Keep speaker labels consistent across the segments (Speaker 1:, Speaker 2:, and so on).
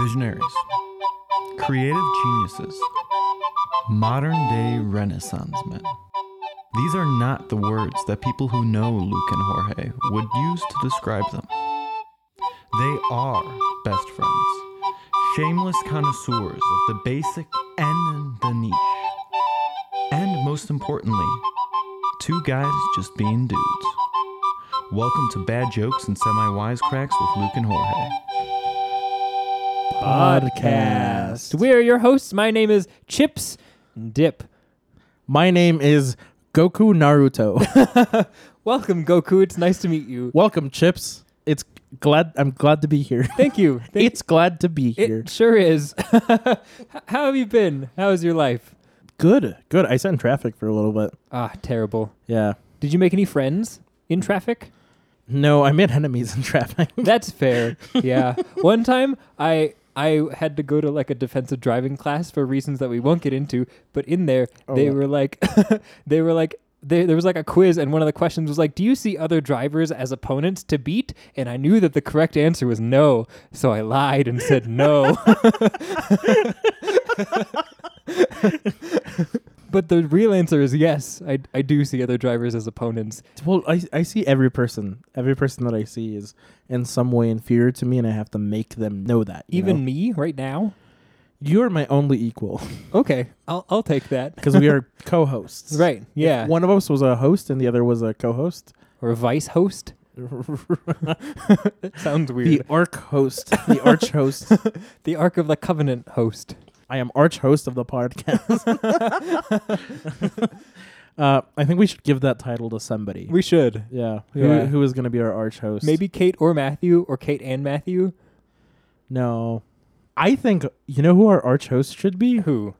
Speaker 1: visionaries, creative geniuses, modern day Renaissance men. These are not the words that people who know Luke and Jorge would use to describe them. They are best friends, shameless connoisseurs of the basic and the niche. And most importantly, two guys just being dudes. Welcome to Bad Jokes and Semi Wisecracks with Luke and Jorge.
Speaker 2: podcast. We are your hosts. My name is Chips Dip.
Speaker 3: My name is Goku Naruto.
Speaker 2: Welcome, Goku. It's nice to meet you.
Speaker 3: Welcome, Chips. It's glad I'm glad to be here.
Speaker 2: Thank you. Thank-
Speaker 3: it's glad to be here.
Speaker 2: it sure is. How have you been? How is your life?
Speaker 3: good, good. I sat in traffic for a little bit.
Speaker 2: Ah, terrible.
Speaker 3: Yeah.
Speaker 2: Did you make any friends in traffic?
Speaker 3: No, I made enemies in traffic.
Speaker 2: That's fair. Yeah. One time I I had to go to like a defensive driving class for reasons that we won't get into, but in there
Speaker 3: Oh,
Speaker 2: they
Speaker 3: wow.
Speaker 2: were like they were like they, there was like a quiz and one of the questions was like, "Do you see other drivers as opponents to beat?" And I knew that the correct answer was no, so I lied and said no. but the real answer is yes. I, I do see other drivers as opponents.
Speaker 3: well, I I see every person. Every person that I see is in some way inferior to me and I have to make them know that. you
Speaker 2: Even
Speaker 3: know?
Speaker 2: me right now.
Speaker 3: you're my only equal
Speaker 2: Okay, I'll I'll take that.
Speaker 3: because we are co-hosts.
Speaker 2: Right. Yeah.
Speaker 3: One of us was a host and the other was a co-host.
Speaker 2: or a vice host. Sounds
Speaker 3: The
Speaker 2: weird.
Speaker 3: arc host, the arch host.
Speaker 2: The, Ark of the Covenant host.
Speaker 3: I am arch host of the podcast. uh, I think we should give that title to somebody.
Speaker 2: We should.
Speaker 3: yeah.
Speaker 2: Yeah.
Speaker 3: Who, who is going to be our arch host?
Speaker 2: Maybe Kate or Matthew or Kate and Matthew.
Speaker 3: No. I think, you know who our arch host should be?
Speaker 2: Who?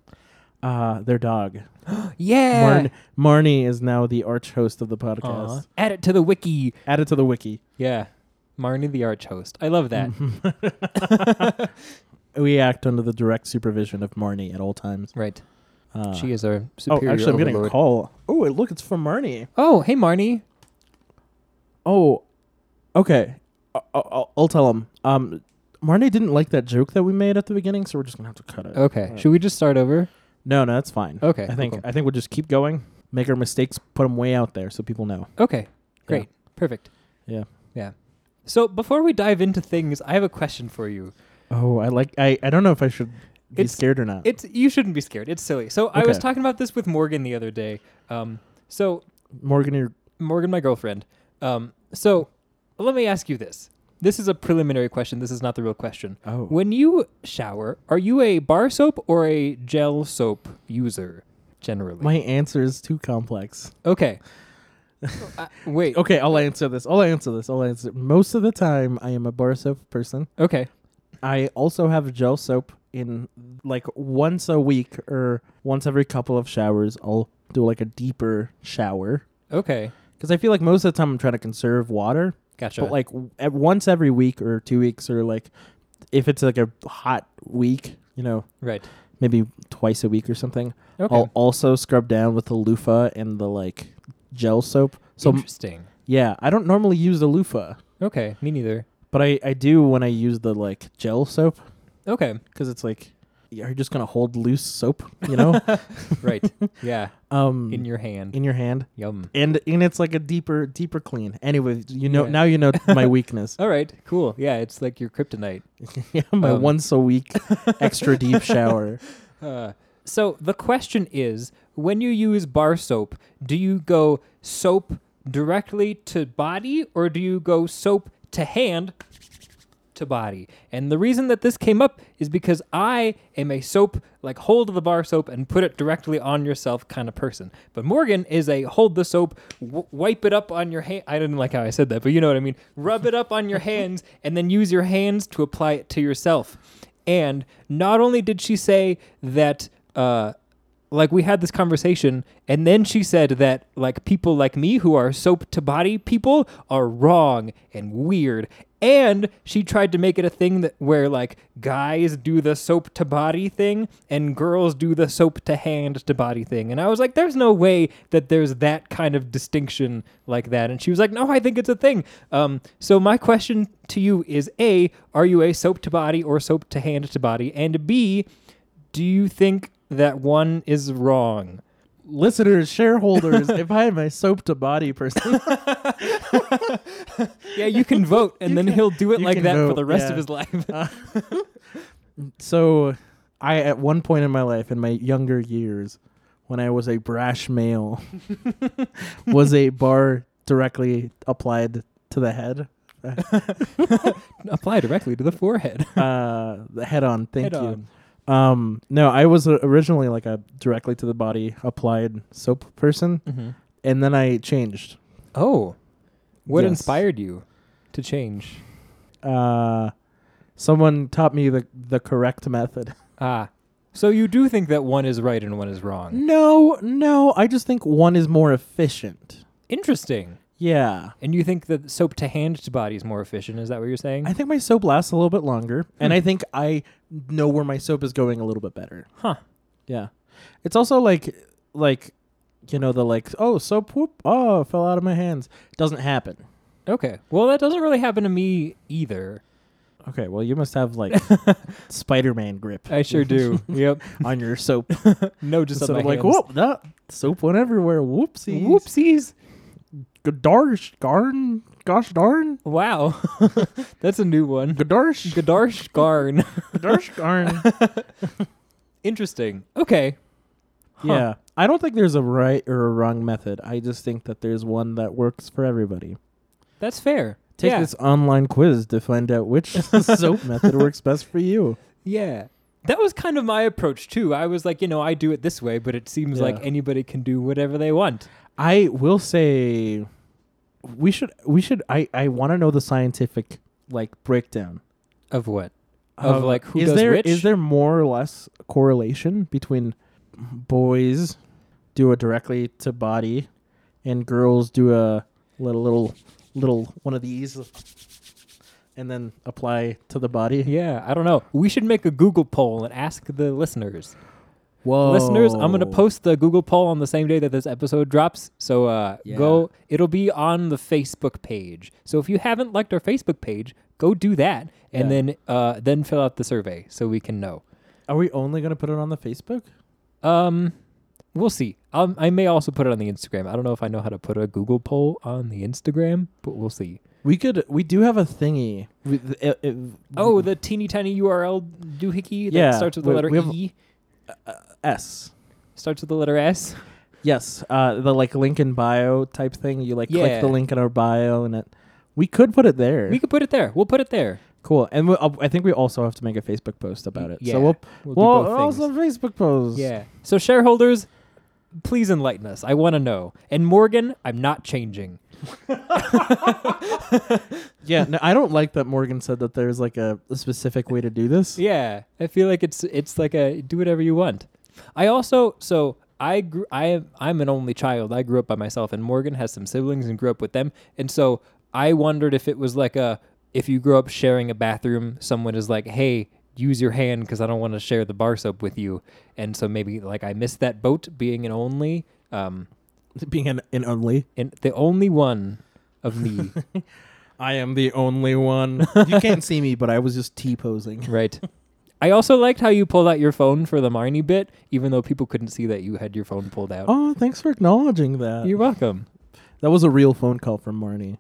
Speaker 3: Uh, their dog.
Speaker 2: Yeah.
Speaker 3: Marn- Marnie is now the arch host of the podcast.
Speaker 2: Eh. Aw. Add it to the wiki.
Speaker 3: Add it to the wiki.
Speaker 2: Yeah. Marnie the arch host. I love that.
Speaker 3: Mm-hmm. We act under the direct supervision of Marnie at all times.
Speaker 2: Right.
Speaker 3: Uh,
Speaker 2: she is our
Speaker 3: oh,
Speaker 2: superior.
Speaker 3: actually, I'm getting a
Speaker 2: overlord.
Speaker 3: call. Oh, wait, look, it's from Marnie.
Speaker 2: Oh, hey Marnie.
Speaker 3: Oh, okay. I- I'll, I'll tell him. Um, Marnie didn't like that joke that we made at the beginning, so we're just gonna have to cut it.
Speaker 2: Okay. Should we just start over?
Speaker 3: No, no, that's fine.
Speaker 2: Okay,
Speaker 3: I think
Speaker 2: cool.
Speaker 3: I think we'll just keep going. Make our mistakes, put them way out there so people know.
Speaker 2: Okay. Great. Perfect.
Speaker 3: Yeah.
Speaker 2: Yeah. So before we dive into things, I have a question for you.
Speaker 3: Oh, I like. I I don't know if I should be
Speaker 2: It's-
Speaker 3: scared or not.
Speaker 2: It's you shouldn't be scared. It's silly. So I was
Speaker 3: Okay.
Speaker 2: talking about this with Morgan the other day. Um, so
Speaker 3: Morgan, you're
Speaker 2: Morgan, my girlfriend. Um, so let me ask you this. This is a preliminary question. This is not the real question.
Speaker 3: Oh.
Speaker 2: When you shower, are you a bar soap or a gel soap user generally?
Speaker 3: my answer is too complex.
Speaker 2: okay. Uh, wait. Okay.
Speaker 3: Okay, I'll answer this. I'll answer this. I'll answer. Most of the time, I am a bar soap person. I also have gel soap in like once a week or once every couple of showers. I'll do like a deeper shower
Speaker 2: Okay.
Speaker 3: because I feel like most of the time I'm trying to conserve water.
Speaker 2: Gotcha.
Speaker 3: But like w- at once every week or two weeks or like if it's like a hot week, you know,
Speaker 2: right.
Speaker 3: maybe twice a week or something.
Speaker 2: Okay.
Speaker 3: I'll also scrub down with the loofah and the like gel soap. So m-
Speaker 2: Interesting.
Speaker 3: yeah, I don't normally use the loofah,
Speaker 2: Okay. Me neither.
Speaker 3: but I I do when I use the like gel soap
Speaker 2: Okay.
Speaker 3: because it's like you're just gonna hold loose soap, you know,
Speaker 2: Right. yeah.
Speaker 3: um,
Speaker 2: In your hand.
Speaker 3: in your hand,
Speaker 2: Yum.
Speaker 3: and and it's like a deeper, deeper clean. Anyway, you know
Speaker 2: Yeah.
Speaker 3: now you know my weakness.
Speaker 2: All right. Cool. Yeah. It's like your kryptonite.
Speaker 3: yeah, my
Speaker 2: Um.
Speaker 3: once a week extra deep shower.
Speaker 2: Uh, so the question is when you use bar soap, do you go soap directly to body or do you go soap to hand to body? And the reason that this came up is because I am a soap, like hold the bar soap and put it directly on yourself kind of person. But Morgan is a hold the soap, w- wipe it up on your hand. I didn't like how I said that, but you know what I mean. Rub it up on your hands and then use your hands to apply it to yourself. And not only did she say that, uh, like we had this conversation, and then she said that like people like me who are soap to body people are wrong and weird. And she tried to make it a thing that where like guys do the soap to body thing and girls do the soap to hand to body thing. And I was like, there's no way that there's that kind of distinction like that. And she was like, no, I think it's a thing. Um, so my question to you is A, are you a soap to body or soap to hand to body? And B, do you think that one is wrong?
Speaker 3: Listeners, shareholders, if I am a soap to body person,
Speaker 2: Yeah, you can vote, and then he'll do it
Speaker 3: you
Speaker 2: like
Speaker 3: can
Speaker 2: that for
Speaker 3: vote,
Speaker 2: the rest
Speaker 3: yeah.
Speaker 2: of his life.
Speaker 3: so I at one point in my life, in my younger years, when I was a brash male, was a bar directly applied to the head.
Speaker 2: Apply directly to the forehead.
Speaker 3: Uh, the head on. Thank
Speaker 2: Head
Speaker 3: you.
Speaker 2: on.
Speaker 3: Um, no, I was uh, originally like a directly to the body applied soap person, and then I changed.
Speaker 2: Oh, what
Speaker 3: Yes.
Speaker 2: inspired you to change?
Speaker 3: Uh, someone taught me the the correct method.
Speaker 2: Ah, so you do think that one is right and one is
Speaker 3: Mm.
Speaker 2: wrong.
Speaker 3: No, no, I just think one is more efficient.
Speaker 2: Interesting.
Speaker 3: Yeah.
Speaker 2: And you think that soap to hand to body is more efficient? Is that what you're saying?
Speaker 3: I think my soap lasts a little bit longer,
Speaker 2: Hmm.
Speaker 3: and I think I know where my soap is going a little bit better.
Speaker 2: Huh.
Speaker 3: Yeah. It's also like, like, you know, the like, oh, soap, whoop, oh, it fell out of my hands. Doesn't happen.
Speaker 2: Okay. Well, that doesn't really happen to me either.
Speaker 3: Okay, well, you must have like Spider Man grip
Speaker 2: I sure do. yep.
Speaker 3: on your soap.
Speaker 2: No, just
Speaker 3: so
Speaker 2: on my
Speaker 3: I'm like,
Speaker 2: hands.
Speaker 3: whoop, that soap went everywhere. Whoopsies.
Speaker 2: Whoopsies.
Speaker 3: Godarsh, garn, gosh darn,
Speaker 2: Wow. That's a new one.
Speaker 3: godarsh,
Speaker 2: Gadarsh Garn.
Speaker 3: godarsh, garn.
Speaker 2: Interesting. Okay. Huh.
Speaker 3: Yeah. I don't think there's a right or a wrong method. I just think that there's one that works for everybody.
Speaker 2: That's fair.
Speaker 3: Take
Speaker 2: yeah.
Speaker 3: this online quiz to find out which soap method works best for you.
Speaker 2: Yeah. That was kind of my approach too. I was like, you know, I do it this way, but it seems
Speaker 3: Yeah.
Speaker 2: like anybody can do whatever they want.
Speaker 3: I will say we should we should I I want to know the scientific like breakdown
Speaker 2: Of what? Of, like, who
Speaker 3: is
Speaker 2: does
Speaker 3: there
Speaker 2: which?
Speaker 3: is there more or less correlation between boys do a directly to body and girls do a little little little one of these and then apply to the body
Speaker 2: Yeah, I don't know. We should make a Google poll and ask the listeners. Listeners, I'm going to
Speaker 3: Whoa.
Speaker 2: post the Google poll on the same day that this episode drops. So uh,
Speaker 3: Yeah.
Speaker 2: go, it'll be on the Facebook page. So if you haven't liked our Facebook page, go do that and
Speaker 3: Yeah.
Speaker 2: then uh, then fill out the survey so we can know.
Speaker 3: Are we only going to put it on the Facebook?
Speaker 2: Um, we'll see. Um, I may also put it on the Instagram. I don't know if I know how to put a Google poll on the Instagram, but we'll see.
Speaker 3: We could. We do have a thingy. We, th- it, it,
Speaker 2: Oh, the teeny tiny URL doohickey that
Speaker 3: Yeah,
Speaker 2: starts with the
Speaker 3: we-
Speaker 2: letter
Speaker 3: we have-
Speaker 2: E,
Speaker 3: S.
Speaker 2: starts with the letter S.
Speaker 3: Yes, uh, the like link in bio type thing. You like click
Speaker 2: Yeah.
Speaker 3: the link in our bio, and it. We could put it there.
Speaker 2: We could put it there. We'll put it there.
Speaker 3: cool, and we, uh, I think we also have to make a Facebook post about it.
Speaker 2: Yeah,
Speaker 3: So we'll
Speaker 2: we'll
Speaker 3: we'll,
Speaker 2: do both
Speaker 3: also Facebook post.
Speaker 2: Yeah. So shareholders, please enlighten us. I want to know. And Morgan, I'm not changing.
Speaker 3: yeah. No, I don't like that Morgan said that there's like a, a specific way to do this.
Speaker 2: Yeah, I feel like it's it's like a do whatever you want. I also so I grew I am I'm an only child. I grew up by myself, and Morgan has some siblings and grew up with them. And so I wondered if it was like a if you grow up sharing a bathroom, someone is like, hey. Use your hand because I don't want to share the bar soap with you, and so maybe like I missed that boat being an only, um,
Speaker 3: Being an, an only,
Speaker 2: and the only one of me,
Speaker 3: I am the only one. you can't see me, but I was just t posing.
Speaker 2: right? I also liked how you pulled out your phone for the Marnie bit, even though people couldn't see that you had your phone pulled out.
Speaker 3: Oh, thanks for acknowledging that.
Speaker 2: Uh, You're welcome.
Speaker 3: That was a real phone call from Marnie.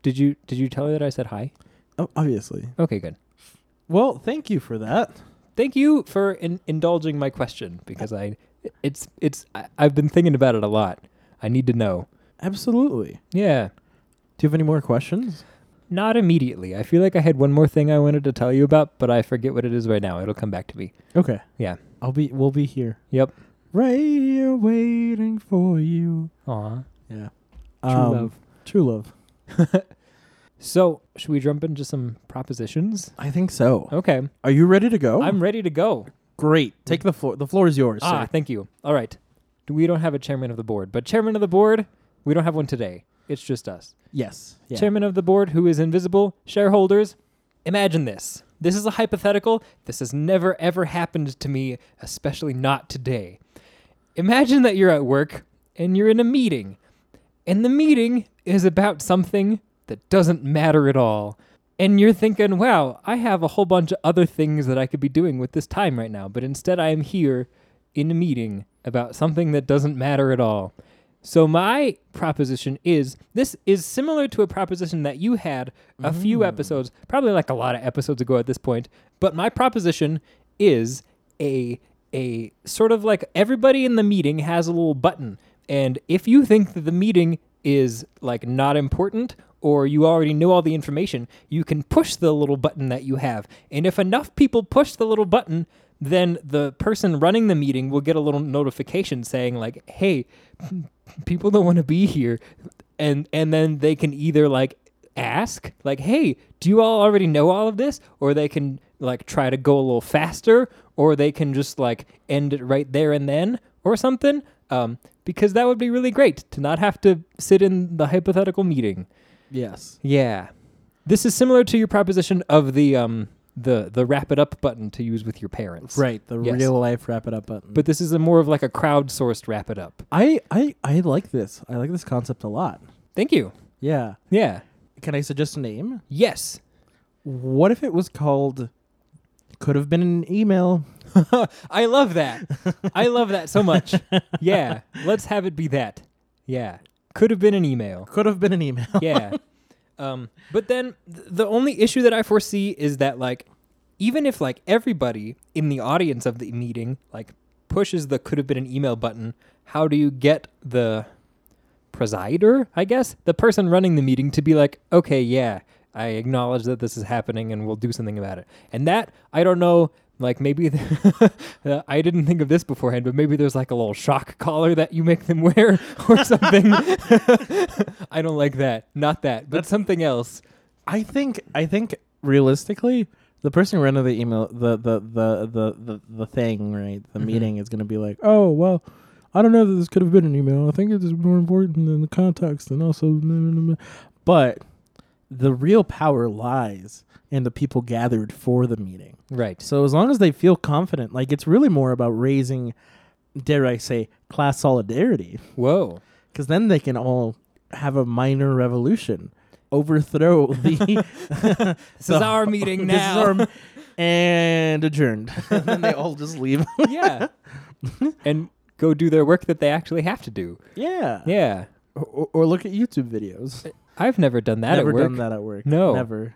Speaker 2: Did you did you tell her that I said hi?
Speaker 3: Oh, obviously.
Speaker 2: Okay, good.
Speaker 3: Well, thank you for that.
Speaker 2: Thank you for in, indulging my question because I it's it's I, I've been thinking about it a lot. I need to know.
Speaker 3: Absolutely.
Speaker 2: Yeah.
Speaker 3: Do you have any more questions?
Speaker 2: Not immediately. I feel like I had one more thing I wanted to tell you about, but I forget what it is right now. It'll come back to me.
Speaker 3: Okay.
Speaker 2: Yeah.
Speaker 3: I'll be we'll be here.
Speaker 2: Yep.
Speaker 3: Right here waiting for you.
Speaker 2: Aw.
Speaker 3: Yeah.
Speaker 2: True
Speaker 3: Um,
Speaker 2: love.
Speaker 3: True love.
Speaker 2: So should we jump into some propositions?
Speaker 3: I think so.
Speaker 2: Okay.
Speaker 3: Are you ready to go?
Speaker 2: I'm ready to go.
Speaker 3: great. Take the floor. The floor is yours.
Speaker 2: Ah,
Speaker 3: sir.
Speaker 2: thank you. All right. We don't have a chairman of the board, but chairman of the board, we don't have one today. It's just us.
Speaker 3: Yes. Yeah.
Speaker 2: Chairman of the board who is invisible, shareholders. Imagine this. This is a hypothetical. This has never ever happened to me, especially not today. Imagine that you're at work and you're in a meeting. And the meeting is about something that doesn't matter at all. And you're thinking, wow, I have a whole bunch of other things that I could be doing with this time right now. But instead, I am here in a meeting about something that doesn't matter at all. So, my proposition is this is similar to a proposition that you had a few episodes, probably like a lot of episodes ago at this point. But my proposition is a a sort of like everybody in the meeting has a little button and if you think that the meeting is like not important or you already know all the information, you can push the little button that you have. And if enough people push the little button, then the person running the meeting will get a little notification saying like, "Hey, people don't want to be here." And and then they can either like ask like, "Hey, do you all already know all of this?" or they can like try to go a little faster or they can just like end it right there and then or something. Um, because that would be really great to not have to sit in the hypothetical meeting.
Speaker 3: Yes.
Speaker 2: Yeah. This is similar to your proposition of the um the the wrap it up button to use with your parents.
Speaker 3: Right. The
Speaker 2: Yes.
Speaker 3: real life wrap it up button.
Speaker 2: But this is a more of like a crowdsourced wrap it up.
Speaker 3: I, I I like this. I like this concept a lot.
Speaker 2: Thank you.
Speaker 3: Yeah.
Speaker 2: Yeah.
Speaker 3: Can I suggest a name?
Speaker 2: Yes.
Speaker 3: What if it was called? Could have been an email.
Speaker 2: I love that. I love that so much. Yeah. Let's have it be that. Yeah. Could have been an email.
Speaker 3: Could have been an email.
Speaker 2: yeah. Um, but then th- the only issue that I foresee is that like even if like everybody in the audience of the meeting like pushes the could have been an email button, how do you get the presider, I guess, the person running the meeting to be like, "Okay, yeah, I acknowledge that this is happening and we'll do something about it." And that I don't know like maybe uh, I didn't think of this beforehand, but maybe there's like a little shock collar that you make them wear or something. I don't like that. Not that, but something else.
Speaker 3: I think I think realistically, the person who ran the email the the the the the, the thing right the meeting is gonna be like, oh well, I don't know that this could have been an email. I think it is more important than the context and also, blah, blah, blah." but the real power lies in the people gathered for the meeting.
Speaker 2: Right.
Speaker 3: So as long as they feel confident, like it's really more about raising, dare I say, class solidarity
Speaker 2: Whoa.
Speaker 3: because then they can all have a minor revolution, overthrow the.
Speaker 2: This is our meeting
Speaker 3: This is
Speaker 2: now.
Speaker 3: our m- and adjourned. and then they all just leave.
Speaker 2: yeah. and go do their work that they actually have to do.
Speaker 3: yeah.
Speaker 2: Yeah.
Speaker 3: Or, or look at YouTube videos.
Speaker 2: I've never done that
Speaker 3: Never
Speaker 2: at work.
Speaker 3: done that at work.
Speaker 2: No.
Speaker 3: Never.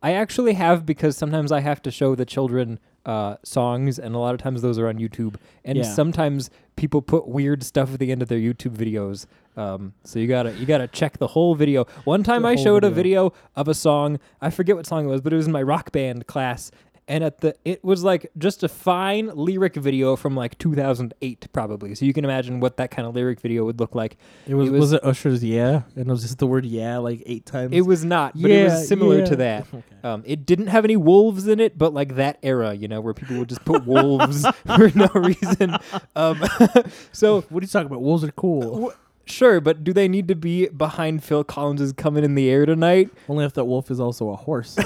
Speaker 2: I actually have because sometimes I have to show the children uh, songs, and a lot of times those are on YouTube. And
Speaker 3: Yeah.
Speaker 2: sometimes people put weird stuff at the end of their YouTube videos. Um, so you gotta you gotta check the whole video. One time
Speaker 3: The
Speaker 2: I
Speaker 3: whole
Speaker 2: showed a
Speaker 3: video.
Speaker 2: video of a song. I forget what song it was, but it was in my rock band class. And at the it was like just a fine lyric video from like 2008 probably. So you can imagine what that kind of lyric video would look like.
Speaker 3: It was,
Speaker 2: It
Speaker 3: was,
Speaker 2: was-
Speaker 3: it Usher's Yeah? And it was just the word yeah like eight times.
Speaker 2: It was not, but it
Speaker 3: Yeah,
Speaker 2: was similar
Speaker 3: yeah.
Speaker 2: to that.
Speaker 3: Okay.
Speaker 2: Um, it didn't have any wolves in it, but like that era, you know, where people would just put wolves for no reason. Um, so
Speaker 3: what are you talking about? Wolves are cool.
Speaker 2: w- sure, but do they need to be behind Phil Collins's "Coming in the Air Tonight"?
Speaker 3: Only if that wolf is also a horse.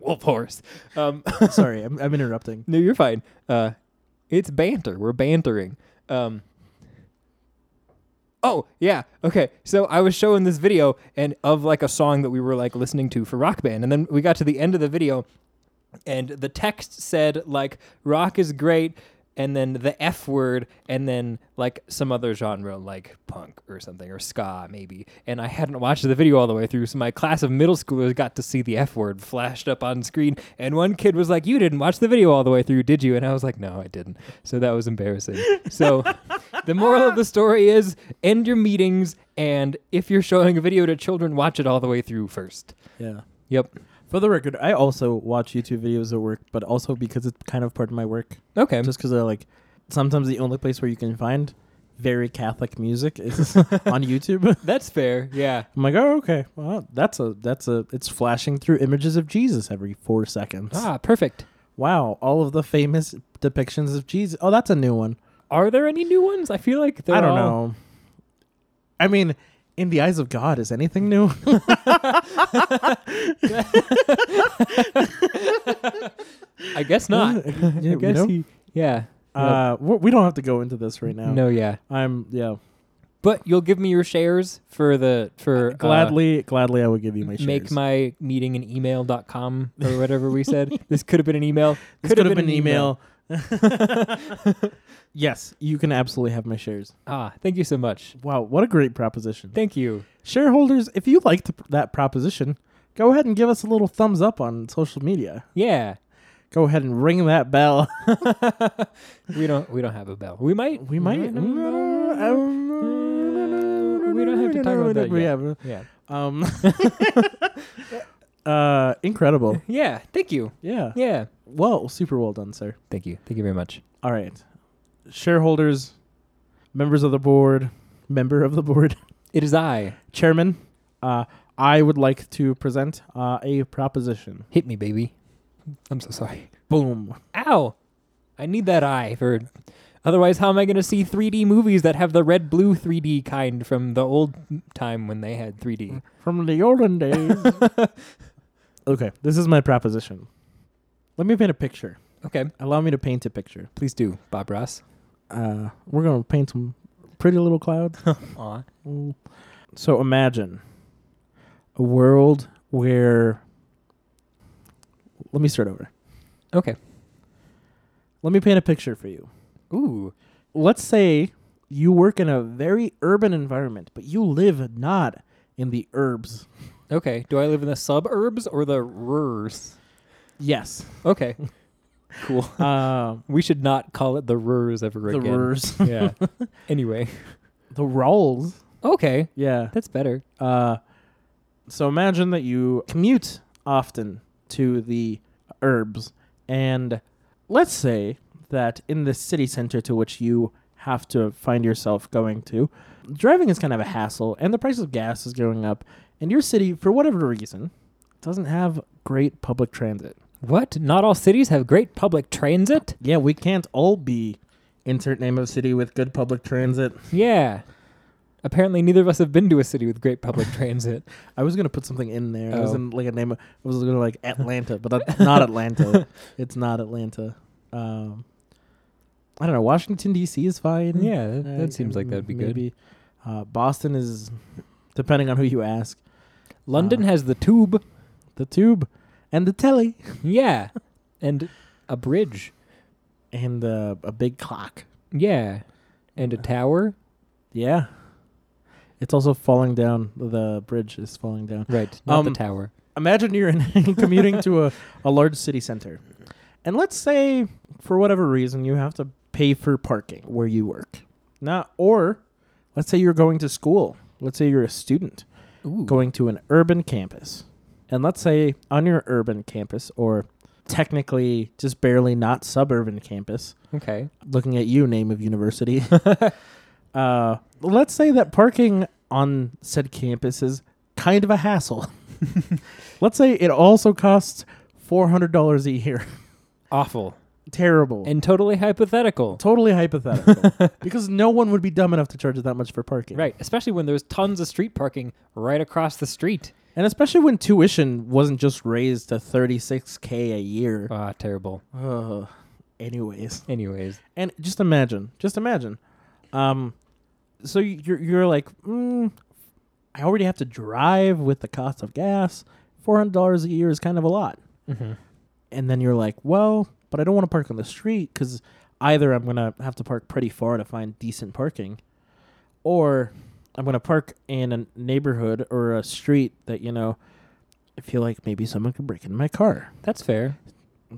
Speaker 2: Wolf horse. Um,
Speaker 3: Sorry, I'm, I'm interrupting.
Speaker 2: no, you're fine. Uh, it's banter. We're bantering. Um, oh yeah, okay. So I was showing this video and of like a song that we were like listening to for Rock Band, and then we got to the end of the video, and the text said like rock is great and then the f word and then like some other genre like punk or something or ska maybe and i hadn't watched the video all the way through so my class of middle schoolers got to see the f word flashed up on screen and one kid was like you didn't watch the video all the way through did you and i was like no i didn't so that was embarrassing so the moral of the story is end your meetings and if you're showing a video to children watch it all the way through first
Speaker 3: Yeah.
Speaker 2: yep
Speaker 3: For the record, I also watch YouTube videos at work, but also because it's kind of part of my work.
Speaker 2: okay
Speaker 3: Just because I like sometimes the only place where you can find very Catholic music is on YouTube.
Speaker 2: that's fair yeah
Speaker 3: I'm like, oh okay, well that's a that's a it's flashing through images of Jesus every four seconds.
Speaker 2: ah perfect
Speaker 3: Wow, all of the famous depictions of Jesus. Oh, that's a new one.
Speaker 2: Are there any new ones? I feel like they're
Speaker 3: I don't
Speaker 2: all-
Speaker 3: know. I mean, in the eyes of God, is anything new?
Speaker 2: I guess not.
Speaker 3: Yeah,
Speaker 2: I
Speaker 3: you
Speaker 2: guess
Speaker 3: know?
Speaker 2: he. Yeah.
Speaker 3: Uh, w- we don't have to go into this right now.
Speaker 2: No. Yeah.
Speaker 3: I'm yeah.
Speaker 2: But you'll give me your shares for the for uh,
Speaker 3: Gladly, gladly, I would give you my shares.
Speaker 2: make my meeting an email.com or whatever we said. this could have been an email.
Speaker 3: This could have been, an email. yes, you can absolutely have my shares.
Speaker 2: Ah, thank you so much.
Speaker 3: Wow, what a great proposition.
Speaker 2: Thank you.
Speaker 3: Shareholders, if you liked that proposition, go ahead and give us a little thumbs up on social media.
Speaker 2: Yeah.
Speaker 3: Go ahead and ring that bell.
Speaker 2: We don't we don't have a bell. We might
Speaker 3: We might.
Speaker 2: We don't have to talk about that
Speaker 3: We
Speaker 2: yet.
Speaker 3: have-
Speaker 2: Yeah.
Speaker 3: Um, uh, incredible.
Speaker 2: Yeah. Thank you.
Speaker 3: Yeah.
Speaker 2: Yeah.
Speaker 3: Well, super well done, sir.
Speaker 2: Thank you. Thank you very much.
Speaker 3: All right. Shareholders, members of the board, member of the board,
Speaker 2: It is I.
Speaker 3: chairman, uh, I would like to present uh, a proposition.
Speaker 2: Hit me, baby. I'm so sorry.
Speaker 3: Boom.
Speaker 2: Ow. I need that eye for otherwise how am I going to see 3D movies that have the red blue 3D kind from the old time when they had 3D?
Speaker 3: From the olden days. okay, this is my proposition. Let me paint a picture.
Speaker 2: Okay,
Speaker 3: Allow me to paint a picture.
Speaker 2: please do, Bob Ross.
Speaker 3: Uh, we're going to paint some pretty little clouds.
Speaker 2: Aw.
Speaker 3: Mm. so imagine a world where. Let me start over.
Speaker 2: Okay.
Speaker 3: Let me paint a picture for you.
Speaker 2: Ooh.
Speaker 3: let's say you work in a very urban environment, but you live not in the herbs.
Speaker 2: Okay. Do I live in the suburbs or the rurs?
Speaker 3: Yes.
Speaker 2: Okay. cool.
Speaker 3: Uh,
Speaker 2: We should not call it the rurs ever
Speaker 3: the
Speaker 2: again.
Speaker 3: rurs.
Speaker 2: Yeah. anyway.
Speaker 3: the rolls.
Speaker 2: Okay.
Speaker 3: Yeah.
Speaker 2: That's better.
Speaker 3: Uh, so imagine that you commute often to the herbs. And let's say that in the city center to which you have to find yourself going to, driving is kind of a hassle, and the price of gas is going up. And your city, for whatever reason, doesn't have great public transit.
Speaker 2: What? Not all cities have great public transit?
Speaker 3: Yeah, we can't all be insert name of city with good public transit.
Speaker 2: Yeah. Apparently, neither of us have been to a city with great public transit.
Speaker 3: I was gonna put something in there. I was
Speaker 2: Oh.
Speaker 3: in like a name. Of, I was gonna like Atlanta, but that's not Atlanta. It's not Atlanta. Um, I don't know. Washington D.C. is fine.
Speaker 2: Yeah, that,
Speaker 3: Uh,
Speaker 2: that seems like that'd be good.
Speaker 3: good. Uh, Boston is, depending on who you ask,
Speaker 2: London
Speaker 3: Ah.
Speaker 2: has the tube.
Speaker 3: the tube, and the telly,
Speaker 2: Yeah. And a bridge.
Speaker 3: and uh, a big clock.
Speaker 2: Yeah. And
Speaker 3: Uh.
Speaker 2: a tower.
Speaker 3: Yeah, it's also falling down. The bridge is falling down.
Speaker 2: Right. Not the
Speaker 3: Um,
Speaker 2: tower.
Speaker 3: imagine you're in, commuting to a, a large city center. And let's say, for whatever reason, you have to pay for parking where you work. Now, or let's say you're going to school. Let's say you're a student
Speaker 2: Ooh.
Speaker 3: going to an urban campus. And let's say on your urban campus, or technically just barely not suburban campus,
Speaker 2: Okay.
Speaker 3: looking at you, name of university. uh, let's say that parking on said campus is kind of a hassle. let's say it also costs four hundred dollars a year.
Speaker 2: Awful.
Speaker 3: Terrible.
Speaker 2: And totally hypothetical.
Speaker 3: totally hypothetical. because no one would be dumb enough to charge that much for parking.
Speaker 2: Right. Especially when there's tons of street parking right across the street.
Speaker 3: And especially when tuition wasn't just raised to thirty six K a year.
Speaker 2: Ah, terrible.
Speaker 3: Ugh. Anyways.
Speaker 2: Anyways.
Speaker 3: And just imagine, just imagine. Um, so y- you're you're like, mm, I already have to drive with the cost of gas. Four hundred dollars a year is kind of a lot. And then you're like, well, but I don't want to park on the street because either I'm gonna have to park pretty far to find decent parking, or I'm gonna park in a neighborhood or a street that you know. I feel like maybe someone could break into my car.
Speaker 2: That's fair.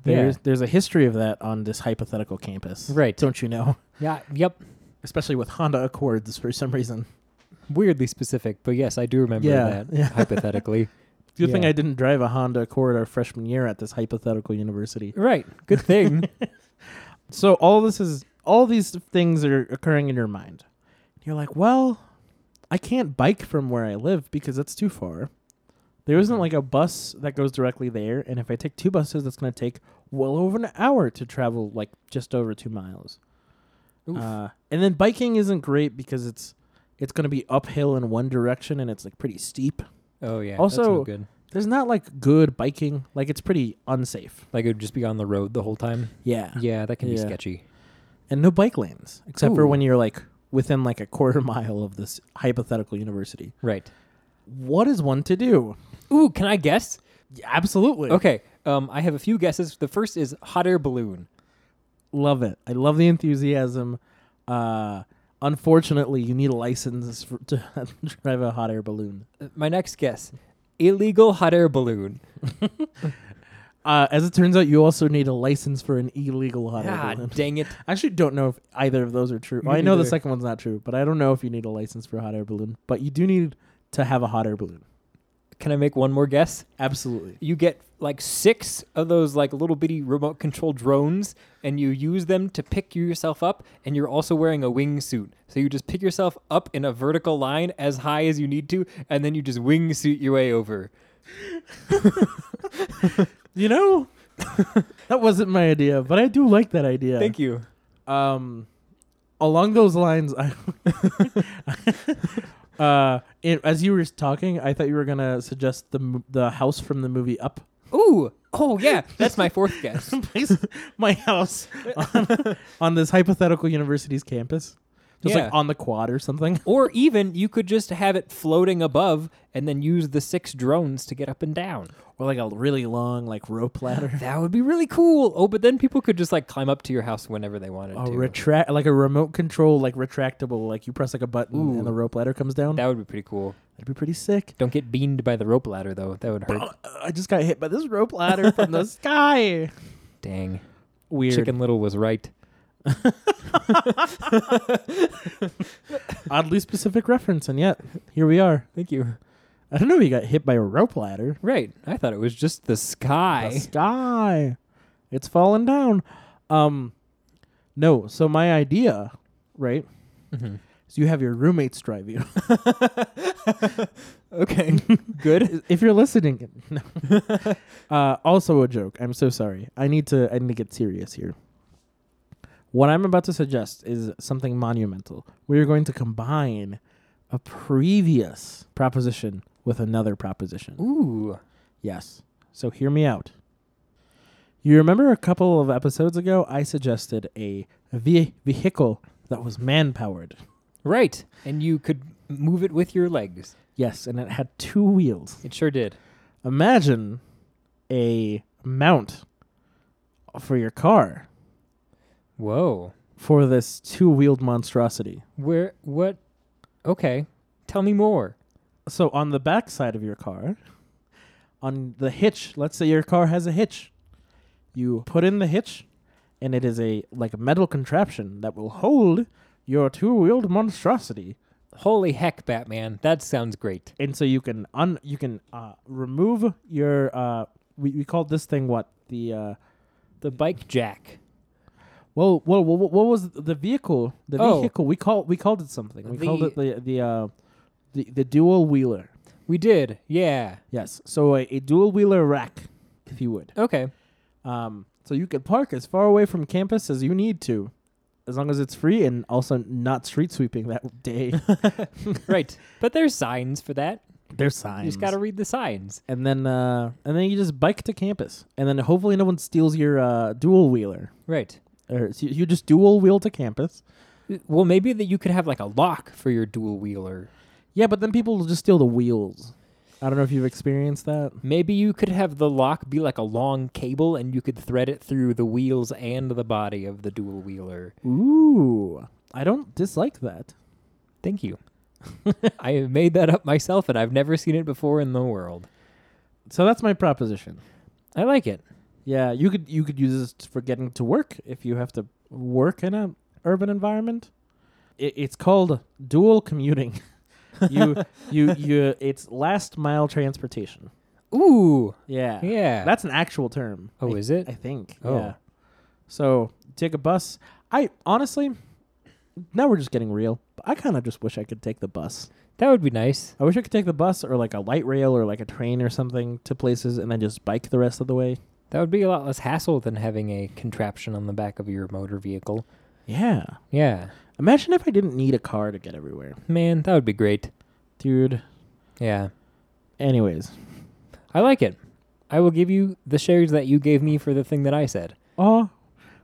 Speaker 3: There's there's a history of that on this hypothetical campus,
Speaker 2: Right.
Speaker 3: Don't you know?
Speaker 2: Yeah. Yep.
Speaker 3: especially with Honda Accords for some reason.
Speaker 2: Weirdly specific, but yes, I do remember
Speaker 3: Yeah,
Speaker 2: that
Speaker 3: yeah.
Speaker 2: hypothetically.
Speaker 3: Good thing
Speaker 2: Yeah.
Speaker 3: I didn't drive a Honda Accord our freshman year at this hypothetical university.
Speaker 2: Right. Good thing.
Speaker 3: So all this is all these things are occurring in your mind. You're like, well, I can't bike from where I live because that's too far. There isn't like a bus that goes directly there, and if I take two buses, that's going to take well over an hour to travel like just over two miles.
Speaker 2: Oof.
Speaker 3: Uh, and then biking isn't great because it's it's going to be uphill in one direction and it's like pretty steep.
Speaker 2: Oh yeah. that's
Speaker 3: Also-
Speaker 2: no good.
Speaker 3: There's not like good biking. Like it's pretty unsafe.
Speaker 2: Like it would just be on the road the whole time.
Speaker 3: Yeah.
Speaker 2: Yeah, that can be
Speaker 3: Uh, Yeah.
Speaker 2: sketchy.
Speaker 3: And no bike lanes except for
Speaker 2: Ooh.
Speaker 3: when you're like within like a quarter mile of this hypothetical university.
Speaker 2: Right.
Speaker 3: What is one to do?
Speaker 2: Ooh, can I guess?
Speaker 3: Absolutely.
Speaker 2: Okay. Um, I have a few guesses. The first is hot air balloon.
Speaker 3: Love it. I love the enthusiasm. Uh unfortunately, you need a license for, to drive a hot air balloon.
Speaker 2: Uh, My next guess, illegal hot air balloon.
Speaker 3: Uh, as it turns out, you also need a license for an illegal hot air
Speaker 2: God
Speaker 3: balloon.
Speaker 2: dang it.
Speaker 3: I actually don't know if either of those are true.
Speaker 2: Me
Speaker 3: Well, I know the
Speaker 2: neither.
Speaker 3: second one's not true, but I don't know if you need a license for a hot air balloon. But you do need to have a hot air balloon.
Speaker 2: Can I make one more guess?
Speaker 3: Absolutely.
Speaker 2: You get like six of those like little bitty remote control drones, and you use them to pick yourself up. And you're also wearing a wingsuit, so you just pick yourself up in a vertical line as high as you need to, and then you just wingsuit your way over.
Speaker 3: You know, that wasn't my idea, but I do like that idea.
Speaker 2: Thank you.
Speaker 3: Um, along those lines, I, uh, it, as you were talking, I thought you were gonna suggest the m- the house from the movie Up.
Speaker 2: Ooh. Oh yeah, that's my fourth guess.
Speaker 3: place my house on, on this hypothetical university's campus. Just
Speaker 2: Yeah.
Speaker 3: like on the quad or something.
Speaker 2: Or even you could just have it floating above and then use the six drones to get up and down.
Speaker 3: Or like a really long like rope ladder.
Speaker 2: That would be really cool. Oh, but then people could just like climb up to your house whenever they wanted
Speaker 3: A
Speaker 2: to.
Speaker 3: retract like a remote control, like retractable, like you press like a button
Speaker 2: Ooh.
Speaker 3: and the rope ladder comes down.
Speaker 2: That would be pretty cool.
Speaker 3: That'd be pretty sick.
Speaker 2: Don't get beamed by the rope ladder though. That would hurt.
Speaker 3: Uh, I just got hit by this rope ladder from the sky.
Speaker 2: Dang.
Speaker 3: Weird.
Speaker 2: Chicken Little was right.
Speaker 3: Oddly specific reference, and yet here we are.
Speaker 2: Thank you.
Speaker 3: I don't know if you got hit by a rope ladder.
Speaker 2: Right. I thought it was just the sky.
Speaker 3: The sky. It's falling down. Um no, so my idea, right?
Speaker 2: Mhm.
Speaker 3: So you have your roommates drive you.
Speaker 2: Okay. Good.
Speaker 3: if you're listening, no. uh, also a joke. I'm so sorry. I need to. I need to get serious here. What I'm about to suggest is something monumental. We are going to combine a previous proposition with another proposition.
Speaker 2: Ooh.
Speaker 3: Yes. So hear me out. You remember a couple of episodes ago, I suggested a ve- vehicle that was man powered.
Speaker 2: Right. And you could move it with your legs.
Speaker 3: Yes, and it had two wheels.
Speaker 2: It sure did.
Speaker 3: imagine a mount for your car
Speaker 2: Whoa.
Speaker 3: for this two-wheeled monstrosity.
Speaker 2: Where what Okay. Tell me more.
Speaker 3: So on the back side of your car, on the hitch, let's say your car has a hitch. You put in the hitch and it is a like a metal contraption that will hold your two-wheeled monstrosity.
Speaker 2: Holy heck, Batman. That sounds great.
Speaker 3: And so you can un you can uh remove your uh we, we called this thing what? The uh
Speaker 2: The bike jack.
Speaker 3: Well, well, well, what was the vehicle? The
Speaker 2: Oh.
Speaker 3: vehicle we call we called it something. We called
Speaker 2: The-
Speaker 3: it the the uh, the the dual wheeler.
Speaker 2: We did. Yeah.
Speaker 3: Yes, so a, a dual wheeler rack, if you would.
Speaker 2: Okay.
Speaker 3: Um, so you could park as far away from campus as you need to, as long as it's free and also not street sweeping that day.
Speaker 2: right. But there's signs for that.
Speaker 3: There's signs.
Speaker 2: You just got to read the signs.
Speaker 3: and then uh, and then you just bike to campus, and then hopefully no one steals your uh, dual wheeler.
Speaker 2: Right.
Speaker 3: Or so you you just dual wheel to campus.
Speaker 2: Well, maybe that you could have like a lock for your dual wheeler.
Speaker 3: Yeah, but then people will just steal the wheels. I don't know if you've experienced that.
Speaker 2: Maybe you could have the lock be like a long cable and you could thread it through the wheels and the body of the dual wheeler.
Speaker 3: Ooh, I don't dislike that.
Speaker 2: Thank you. I made that up myself and I've never seen it before in the world.
Speaker 3: So that's my proposition.
Speaker 2: I like it.
Speaker 3: Yeah, you could you could use this for getting to work if you have to work in a urban environment. It, it's called dual commuting. you you you it's last mile transportation.
Speaker 2: Ooh.
Speaker 3: Yeah.
Speaker 2: Yeah.
Speaker 3: Uh, That's an actual term.
Speaker 2: Oh,
Speaker 3: I,
Speaker 2: is it?
Speaker 3: I think.
Speaker 2: Oh.
Speaker 3: Yeah. So take a bus. I honestly now we're just getting real. But I kind of just wish I could take the bus.
Speaker 2: that would be nice.
Speaker 3: I wish I could take the bus or like a light rail or like a train or something to places and then just bike the rest of the way.
Speaker 2: That would be a lot less hassle than having a contraption on the back of your motor vehicle.
Speaker 3: Yeah.
Speaker 2: Yeah.
Speaker 3: Imagine if I didn't need a car to get everywhere.
Speaker 2: Man, that would be great.
Speaker 3: Dude.
Speaker 2: Yeah.
Speaker 3: Anyways.
Speaker 2: I like it. I will give you the shares that you gave me for the thing that I said.
Speaker 3: Oh.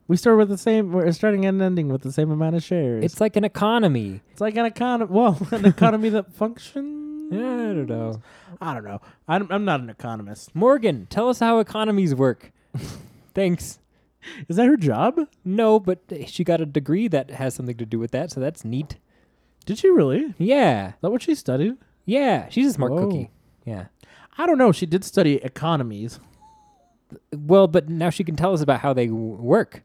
Speaker 3: We start with the same we're starting and ending with the same amount of shares.
Speaker 2: It's like an economy.
Speaker 3: It's like an economy well, an economy that functions.
Speaker 2: Yeah, I don't know.
Speaker 3: I don't know. I'm, I'm not an economist.
Speaker 2: Morgan, tell us how economies work. Thanks.
Speaker 3: Is that her job?
Speaker 2: No, but she got a degree that has something to do with that, so that's neat.
Speaker 3: Did she really? Is
Speaker 2: Yeah.
Speaker 3: that what she studied?
Speaker 2: Yeah. She's a smart
Speaker 3: Whoa.
Speaker 2: cookie. Yeah.
Speaker 3: I don't know. She did study economies.
Speaker 2: Well, but now she can tell us about how they w- work.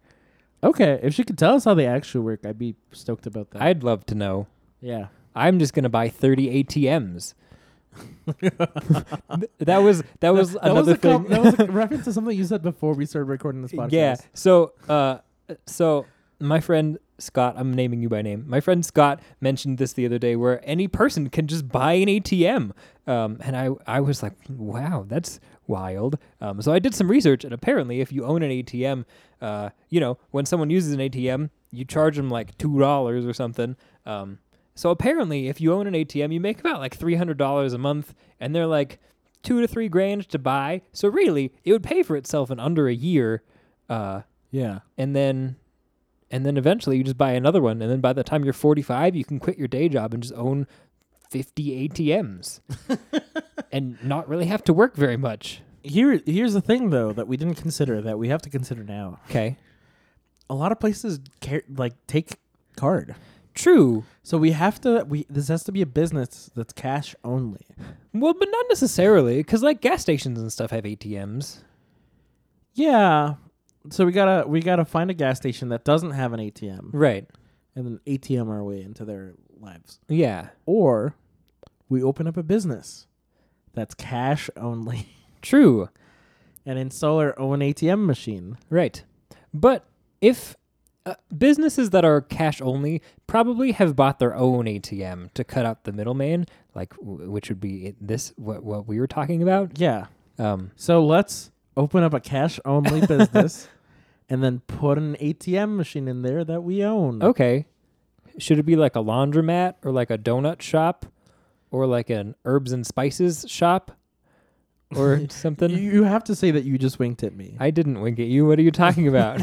Speaker 3: Okay, if she could tell us how they actually work, I'd be stoked about that.
Speaker 2: I'd love to know.
Speaker 3: yeah.
Speaker 2: I'm just gonna buy 30 ATMs. Th- that was that was another
Speaker 3: was a
Speaker 2: thing.
Speaker 3: com- that was a reference to something you said before we started recording this podcast.
Speaker 2: Yeah. So, uh, so my friend Scott, I'm naming you by name. My friend Scott mentioned this the other day, where any person can just buy an ATM, um, and I I was like, wow, that's wild. Um, so I did some research, and apparently, if you own an ATM, uh, you know, when someone uses an ATM, you charge them like two dollars or something. Um, so apparently, if you own an ATM, you make about like three hundred dollars a month, and they're like two to three grand to buy. So really, it would pay for itself in under a year uh,
Speaker 3: Yeah.
Speaker 2: and then and then eventually you just buy another one and then by the time you're 45 you can quit your day job and just own 50 atms and not really have to work very much
Speaker 3: Here, here's the thing though that we didn't consider that we have to consider now.
Speaker 2: okay
Speaker 3: A lot of places care, like take card,
Speaker 2: true
Speaker 3: so we have to. We this has to be a business that's cash only.
Speaker 2: well but not necessarily because like gas stations and stuff have atms
Speaker 3: Yeah. So we gotta we gotta find a gas station that doesn't have an ATM
Speaker 2: right
Speaker 3: and then ATM our way into their lives,
Speaker 2: yeah
Speaker 3: or we open up a business that's cash only.
Speaker 2: true
Speaker 3: and install our own ATM machine.
Speaker 2: right but if uh, businesses that are cash only probably have bought their own atm to cut out the middleman like w- which would be it- this what, what we were talking about
Speaker 3: Yeah.
Speaker 2: um
Speaker 3: So let's open up a cash only business and then put an ATM machine in there that we own.
Speaker 2: Okay. Should it be like a laundromat or like a donut shop or like an herbs and spices shop or
Speaker 3: You,
Speaker 2: something?
Speaker 3: you have to say that you just winked at me.
Speaker 2: I didn't wink at you. What are you talking about?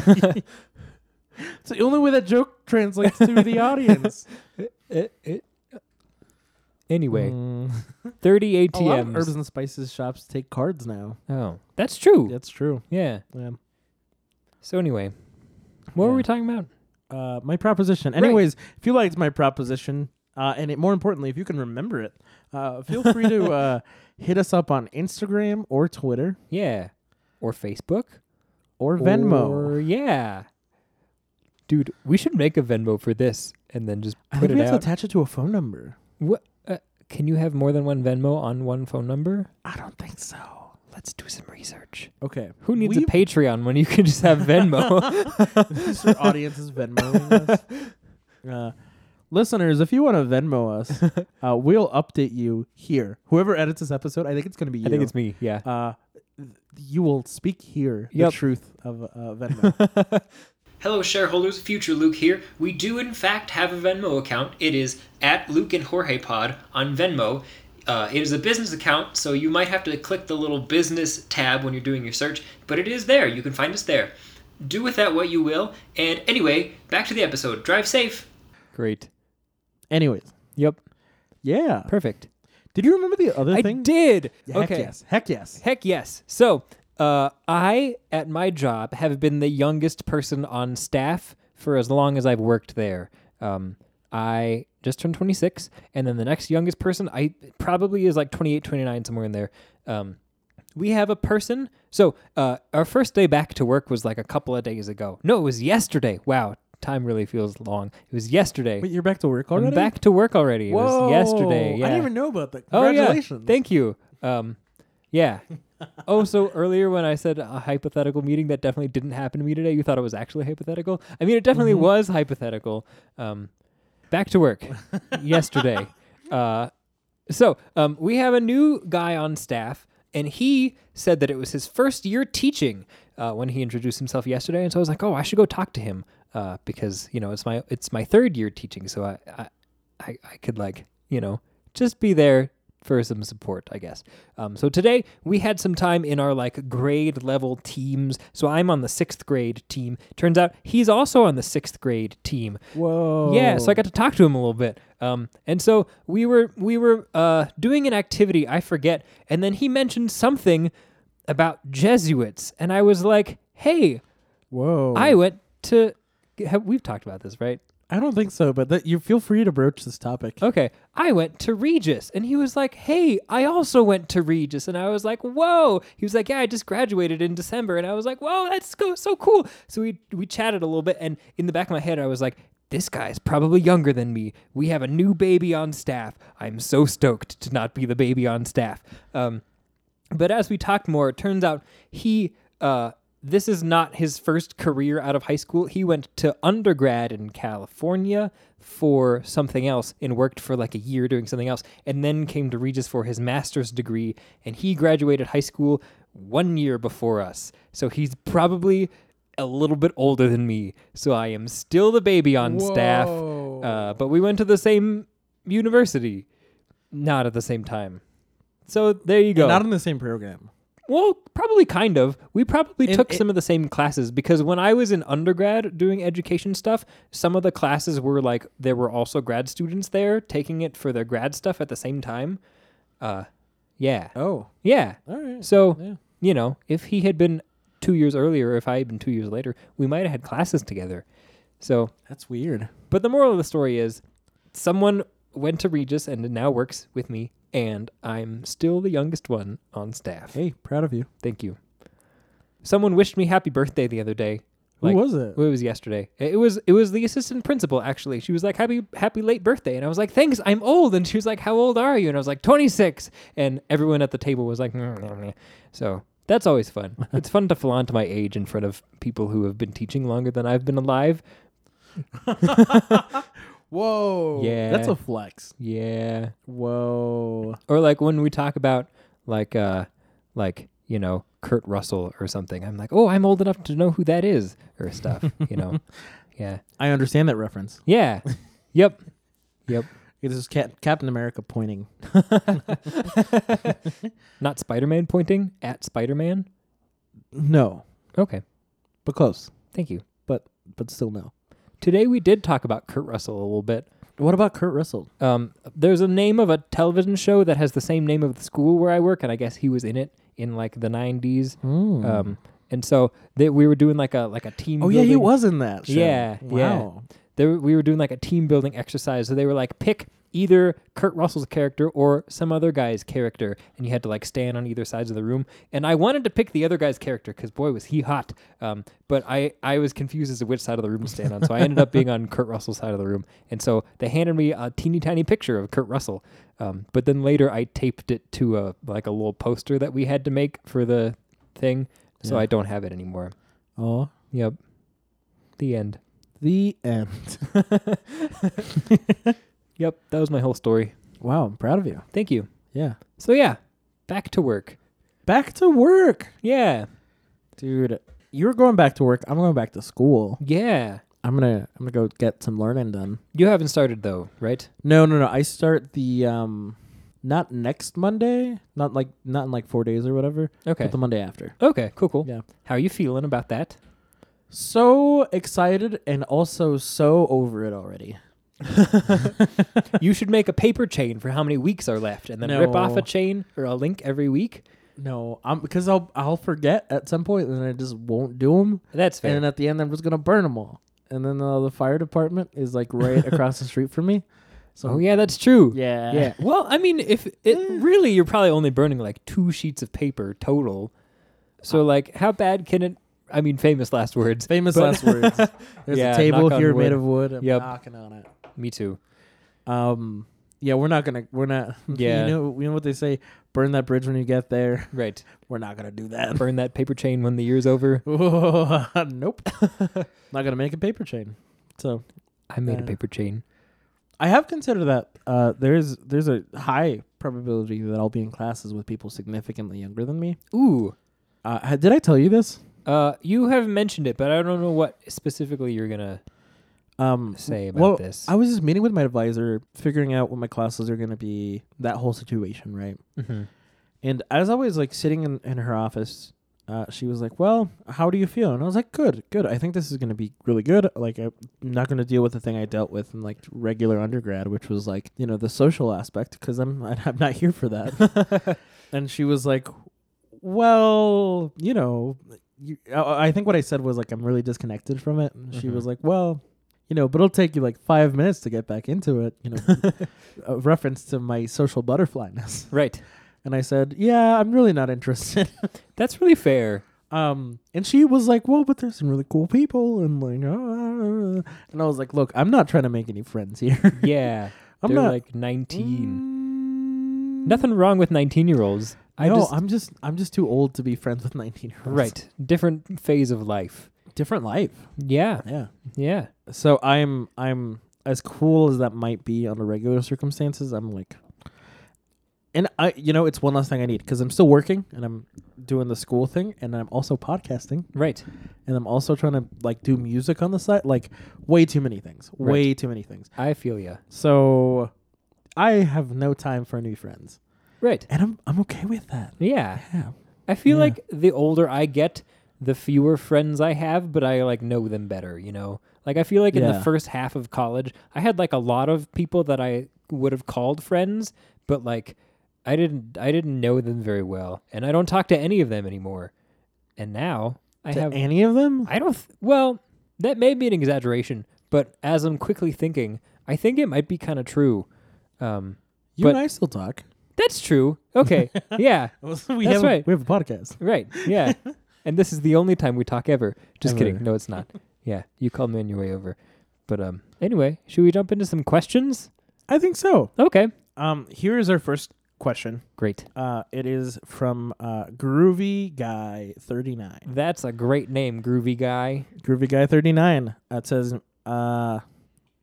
Speaker 3: It's the only way that joke translates to the audience.
Speaker 2: It- it- anyway,
Speaker 3: Mm.
Speaker 2: 30
Speaker 3: A lot of herbs
Speaker 2: ATMs.
Speaker 3: and spices shops take cards now.
Speaker 2: Oh, that's true.
Speaker 3: That's true.
Speaker 2: Yeah.
Speaker 3: Yeah.
Speaker 2: So anyway, what were
Speaker 3: Yeah.
Speaker 2: we talking about?
Speaker 3: Uh, my proposition. Anyways, if you liked my proposition, uh, and it, more importantly, if you can remember it, uh, feel free to uh, hit us up on Instagram or Twitter
Speaker 2: Yeah. Or Facebook
Speaker 3: or Venmo.
Speaker 2: Or, yeah. Dude, we should make a Venmo for this and then just
Speaker 3: I
Speaker 2: put
Speaker 3: think we
Speaker 2: it
Speaker 3: have
Speaker 2: out.
Speaker 3: to attach it to a phone number.
Speaker 2: What? Uh, can you have more than one Venmo on one phone number?
Speaker 3: I don't think so.
Speaker 2: Let's do some research.
Speaker 3: Okay.
Speaker 2: Who needs
Speaker 3: we,
Speaker 2: a Patreon when you can just have Venmo?
Speaker 3: This is for audiences Venmoing us. Uh, listeners, if you want to Venmo us, uh, we'll update you here. Whoever edits this episode, I think it's going to be you.
Speaker 2: I think it's me. Yeah.
Speaker 3: Uh, th- you will speak here
Speaker 2: Yep.
Speaker 3: the truth of uh, Venmo.
Speaker 2: Hello, shareholders. Future Luke here. We do, in fact, have a Venmo account. It is at Luke and Jorge Pod on Venmo. Uh, it is a business account, so you might have to click the little business tab when you're doing your search, but it is there. You can find us there. Do with that what you will. And anyway, back to the episode. Drive safe. Great.
Speaker 3: Anyways,
Speaker 2: Yep.
Speaker 3: yeah.
Speaker 2: Perfect.
Speaker 3: Did you remember the other
Speaker 2: I
Speaker 3: thing?
Speaker 2: did.
Speaker 3: Heck
Speaker 2: okay.
Speaker 3: yes. Heck yes.
Speaker 2: Heck yes. So, uh, I at my job have been the youngest person on staff for as long as I've worked there. Um, I just turned 26, and then the next youngest person I probably is like 28, 29, somewhere in there. Um, we have a person. So uh, our first day back to work was like a couple of days ago. No, it was yesterday. Wow, time really feels long. It was yesterday.
Speaker 3: Wait, you're back to work already?
Speaker 2: I'm back to work already. It
Speaker 3: Whoa.
Speaker 2: was yesterday. Yeah.
Speaker 3: I didn't even know about that.
Speaker 2: Oh yeah,
Speaker 3: Congratulations.
Speaker 2: thank you. Um, yeah. oh, so earlier when I said a hypothetical meeting that definitely didn't happen to me today, you thought it was actually hypothetical. I mean, it definitely was hypothetical. Um, back to work yesterday. Uh, so um, we have a new guy on staff, and he said that it was his first year teaching uh, when he introduced himself yesterday. And so I was like, oh, I should go talk to him. uh, because you know it's my it's my third year teaching, so I I, I I could like you know just be there for some support, I guess. Um, so today we had some time in our like grade level teams. So I'm on the sixth grade team. Turns out he's also on the sixth grade team.
Speaker 3: Whoa.
Speaker 2: Yeah, so I got to talk to him a little bit. Um, and so we were we were uh, doing an activity I forget, and then he mentioned something about Jesuits, and I was like, "Hey,
Speaker 3: Whoa.
Speaker 2: I went to." Have, we've talked about this, right?
Speaker 3: I don't think so, but that, you feel free to broach this topic.
Speaker 2: Okay, I went to Regis, and he was like, "Hey, I also went to Regis," and I was like, "Whoa!" He was like, "Yeah, I just graduated in December," and I was like, "Whoa, that's so, so cool!" So we we chatted a little bit, and in the back of my head, I was like, "This guy's probably younger than me. We have a new baby on staff. I'm so stoked to not be the baby on staff." Um, but as we talked more, it turns out he uh, this is not his first career out of high school. He went to undergrad in California for something else and worked for like a year doing something else, and then came to Regis for his master's degree. And he graduated high school one year before us, so he's probably a little bit older than me. So I am still the baby on
Speaker 3: Oh,
Speaker 2: staff, uh, but we went to the same university, not at the same time. So there you go.
Speaker 3: Not in the same program.
Speaker 2: Well, probably kind of. We probably
Speaker 3: In-
Speaker 2: took
Speaker 3: in-
Speaker 2: some of the same classes because when I was in undergrad doing education stuff, some of the classes were like there were also grad students there taking it for their grad stuff at the same time. Uh yeah.
Speaker 3: Oh.
Speaker 2: Yeah.
Speaker 3: All right.
Speaker 2: So,
Speaker 3: Yeah.
Speaker 2: you know, if he had been 2 years earlier, if I had been 2 years later, we might have had classes together. So,
Speaker 3: That's weird.
Speaker 2: but the moral of the story is someone went to Regis and now works with me and I'm still the youngest one on staff.
Speaker 3: Hey, proud of you.
Speaker 2: Thank you. Someone wished me happy birthday the other day.
Speaker 3: Who
Speaker 2: Like,
Speaker 3: was it?
Speaker 2: It was yesterday. It it was it was the assistant principal actually. She was like happy happy late birthday, and I was like thanks. I'm old, and she was like how old are you? And I was like 26, and everyone at the table was like, "Mm, mm, mm." so that's always fun. it's fun to flaunt my age in front of people who have been teaching longer than I've been alive.
Speaker 3: Whoa.
Speaker 2: Yeah.
Speaker 3: That's a flex.
Speaker 2: Yeah.
Speaker 3: Whoa.
Speaker 2: or like when we talk about like uh like you know Kurt Russell or something I'm like oh I'm old enough to know who that is or stuff you know yeah
Speaker 3: I understand that reference.
Speaker 2: yeah yep
Speaker 3: It is Cap- Captain America pointing.
Speaker 2: not Spider-Man pointing at Spider-Man
Speaker 3: No,
Speaker 2: okay
Speaker 3: but close.
Speaker 2: thank you
Speaker 3: But still no.
Speaker 2: today we did talk about Kurt Russell a little bit
Speaker 3: What about Kurt Russell?
Speaker 2: um there's a name of a television show that has the same name of the school where I work and I guess he was in it in like the 90s
Speaker 3: Hmm. Uh,
Speaker 2: um and so they, we were doing like a like a team
Speaker 3: oh yeah, he
Speaker 2: building-
Speaker 3: was in that. Show.
Speaker 2: Yeah, yeah.
Speaker 3: Wow.
Speaker 2: they were, we were doing like a team building exercise. So they were like, pick either Kurt Russell's character or some other guy's character, and you had to like stand on either sides of the room. And I wanted to pick the other guy's character because boy was he hot. Um, but I I was confused as to which side of the room to stand on, so I ended up being on Kurt Russell's side of the room. And so they handed me a teeny tiny picture of Kurt Russell. Um, but then later I taped it to a like a little poster that we had to make for the thing. So
Speaker 3: Yeah.
Speaker 2: I don't have it anymore.
Speaker 3: Oh,
Speaker 2: Yep. The end.
Speaker 3: the end.
Speaker 2: Yep, that was my whole story.
Speaker 3: wow, I'm proud of you.
Speaker 2: Thank you.
Speaker 3: Yeah.
Speaker 2: So yeah, back to work.
Speaker 3: Back to work,
Speaker 2: Yeah,
Speaker 3: dude. You're going back to work. I'm going back to school.
Speaker 2: yeah.
Speaker 3: I'm gonna I'm gonna go get some learning done.
Speaker 2: You haven't started though, right?
Speaker 3: No, no, no. I start the um, not next Monday. Not like not in like four days or whatever.
Speaker 2: Okay.
Speaker 3: But the Monday after.
Speaker 2: Okay. Cool. Cool.
Speaker 3: Yeah.
Speaker 2: How are you feeling about that?
Speaker 3: So excited and also so over it already.
Speaker 2: you should make a paper chain for how many weeks are left, and then rip off a
Speaker 3: No.
Speaker 2: chain or a link every week.
Speaker 3: No, I'm because I'll I'll forget at some point and I just won't do them.
Speaker 2: That's fair.
Speaker 3: And then at the end, I'm just gonna burn them all. And then uh, the fire department is like right across the street from me. So
Speaker 2: oh yeah, that's true.
Speaker 3: yeah, Eh.
Speaker 2: Yeah. Well, I mean, if it really, you're probably only burning like two sheets of paper total. So like, how bad can it? I mean, famous last words.
Speaker 3: Famous
Speaker 2: But-
Speaker 3: last words. There's
Speaker 2: Yeah,
Speaker 3: a table
Speaker 2: knock on
Speaker 3: here
Speaker 2: wood.
Speaker 3: made of wood. I'm
Speaker 2: Yep.
Speaker 3: knocking on it.
Speaker 2: Me too.
Speaker 3: Um, yeah, we're not gonna. We're not.
Speaker 2: Yeah.
Speaker 3: you know, you know what they say. Burn that bridge when you get there.
Speaker 2: Right.
Speaker 3: We're not gonna do that.
Speaker 2: Burn that paper chain when the year's over.
Speaker 3: nope. not gonna make a paper chain. So
Speaker 2: I made a
Speaker 3: Yeah.
Speaker 2: paper chain.
Speaker 3: I have considered that uh, there's there's a high probability that I'll be in classes with people significantly younger than me.
Speaker 2: Ooh.
Speaker 3: Uh, ha- did I tell you this?
Speaker 2: Uh, you have mentioned it, but I don't know what specifically you're gonna
Speaker 3: Um,
Speaker 2: say about
Speaker 3: well,
Speaker 2: this.
Speaker 3: I was just meeting with my advisor, figuring out what my classes are going to be, that whole situation, right?
Speaker 2: mm-hmm.
Speaker 3: And as always, like sitting in, in her office, uh, she was like, Well, how do you feel? And I was like, Good, good. I think this is going to be really good. Like, I'm not going to deal with the thing I dealt with in like regular undergrad, which was like, you know, the social aspect, because I'm, I'm not here for that. and she was like, Well, you know, you, I I think what I said was like, I'm really disconnected from it. And she
Speaker 2: Mhm.
Speaker 3: was like, Well, you know, but it'll take you like five minutes to get back into it, you know, a reference to my social butterflyness.
Speaker 2: Right.
Speaker 3: And I said, "Yeah, I'm really not interested."
Speaker 2: That's really fair.
Speaker 3: um, and she was like, "Well, but there's some really cool people," and like, ah. and I was like, "Look, I'm not trying to make any friends here.
Speaker 2: Yeah.
Speaker 3: I'm
Speaker 2: They're
Speaker 3: not
Speaker 2: like 19.
Speaker 3: Mm,
Speaker 2: Nothing wrong with 19 year olds. I
Speaker 3: no,
Speaker 2: just
Speaker 3: I'm just I'm just too old to be friends with 19 year olds.
Speaker 2: right different phase of life.
Speaker 3: different life.
Speaker 2: Yeah.
Speaker 3: Yeah.
Speaker 2: Yeah.
Speaker 3: So I'm I'm as cool as that might be under regular circumstances. I'm like, and I you know it's one less thing I need because I'm still working and I'm doing the school thing and I'm also podcasting.
Speaker 2: Right.
Speaker 3: and I'm also trying to like do music on the side. Like, way too many things.
Speaker 2: Right.
Speaker 3: Way too many things.
Speaker 2: I feel ya.
Speaker 3: So, I have no time for new friends,
Speaker 2: Right.
Speaker 3: and I'm I'm okay with that.
Speaker 2: Yeah.
Speaker 3: Yeah,
Speaker 2: I feel
Speaker 3: Yeah.
Speaker 2: like the older I get, the fewer friends I have, but I like know them better, you know? Like I feel like in the
Speaker 3: Yeah.
Speaker 2: first half of college, I had like a lot of people that I would have called friends, but like I didn't I didn't know them very well, and I don't talk to any of them anymore. And now I
Speaker 3: to
Speaker 2: have
Speaker 3: any of them?
Speaker 2: I don't th- well, that may be an exaggeration, but as I'm quickly thinking, I think it might be kind of true. Um
Speaker 3: you
Speaker 2: but-
Speaker 3: and I still talk.
Speaker 2: that's true. Okay. yeah.
Speaker 3: we That's
Speaker 2: have
Speaker 3: have
Speaker 2: a-
Speaker 3: we have a podcast.
Speaker 2: Right. Yeah. and this is the only time we talk ever. Just
Speaker 3: Ever.
Speaker 2: kidding. No, it's not. Yeah. You called me on your way over. But um anyway, should we jump into some questions?
Speaker 3: I think so.
Speaker 2: Okay.
Speaker 3: Um, here is our first question.
Speaker 2: Great.
Speaker 3: Uh, it is from uh, Groovy Guy thirty nine.
Speaker 2: That's a great name, groovy guy.
Speaker 3: Groovy Guy 39. That says, uh,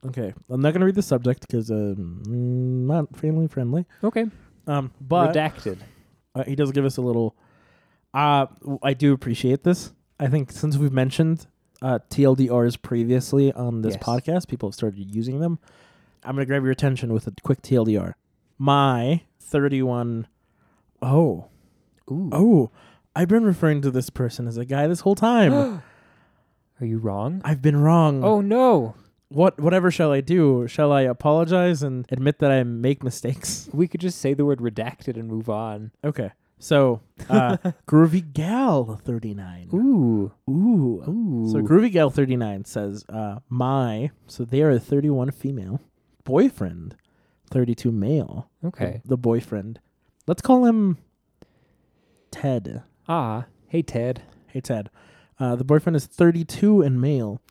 Speaker 3: okay, I'm not going to read the subject because um, mm, not family friendly.
Speaker 2: Okay.
Speaker 3: Um, but
Speaker 2: Redacted.
Speaker 3: uh, he does give us a little. Uh, w- I do appreciate this. I think since we've mentioned uh, TLDRs previously on this
Speaker 2: Yes.
Speaker 3: podcast, people have started using them. I'm going to grab your attention with a quick TLDR. My 31. Oh,
Speaker 2: Ooh.
Speaker 3: oh, I've been referring to this person as a guy this whole time.
Speaker 2: Are you wrong?
Speaker 3: I've been wrong.
Speaker 2: Oh no.
Speaker 3: what whatever shall I do? Shall I apologize and admit that I make mistakes?
Speaker 2: We could just say the word redacted and move on.
Speaker 3: Okay. So, uh, Groovy Gal 39.
Speaker 2: Ooh.
Speaker 3: Ooh.
Speaker 2: Ooh.
Speaker 3: So Groovy Gal 39 says, uh, my, so they are a 31 female, boyfriend, 32 male. The-
Speaker 2: okay.
Speaker 3: The, boyfriend. Let's call him Ted.
Speaker 2: Ah, hey Ted.
Speaker 3: Hey, Ted. Uh, the boyfriend is 32 and male.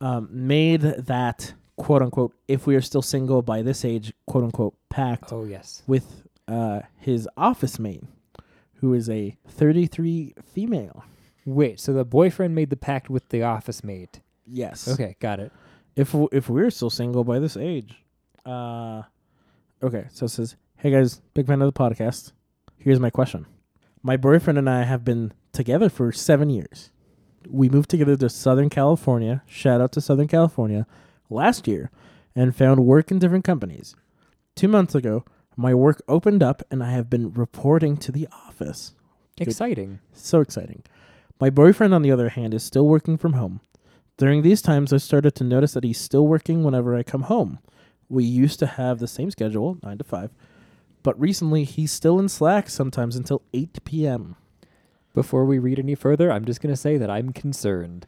Speaker 3: Um, made that, quote unquote, if we are still single by this age, quote unquote, pact
Speaker 2: Oh yes.
Speaker 3: with uh, his office mate, who is a 33 female.
Speaker 2: Wait, so the boyfriend made the pact with the office mate.
Speaker 3: Yes.
Speaker 2: Okay, got it.
Speaker 3: If w- if we're still single by this age, uh, okay. So it says, "Hey guys, big fan of the podcast. Here's my question. My boyfriend and I have been together for seven years. We moved together to Southern California. Shout out to Southern California. Last year, and found work in different companies. Two months ago, my work opened up, and I have been reporting to the office.
Speaker 2: Exciting.
Speaker 3: So exciting. My boyfriend, on the other hand, is still working from home. During these times, I started to notice that he's still working whenever I come home. We used to have the same schedule, 9 to 5, but recently he's still in Slack sometimes until 8 p.m.
Speaker 2: Before we read any further, I'm just going to say that I'm concerned.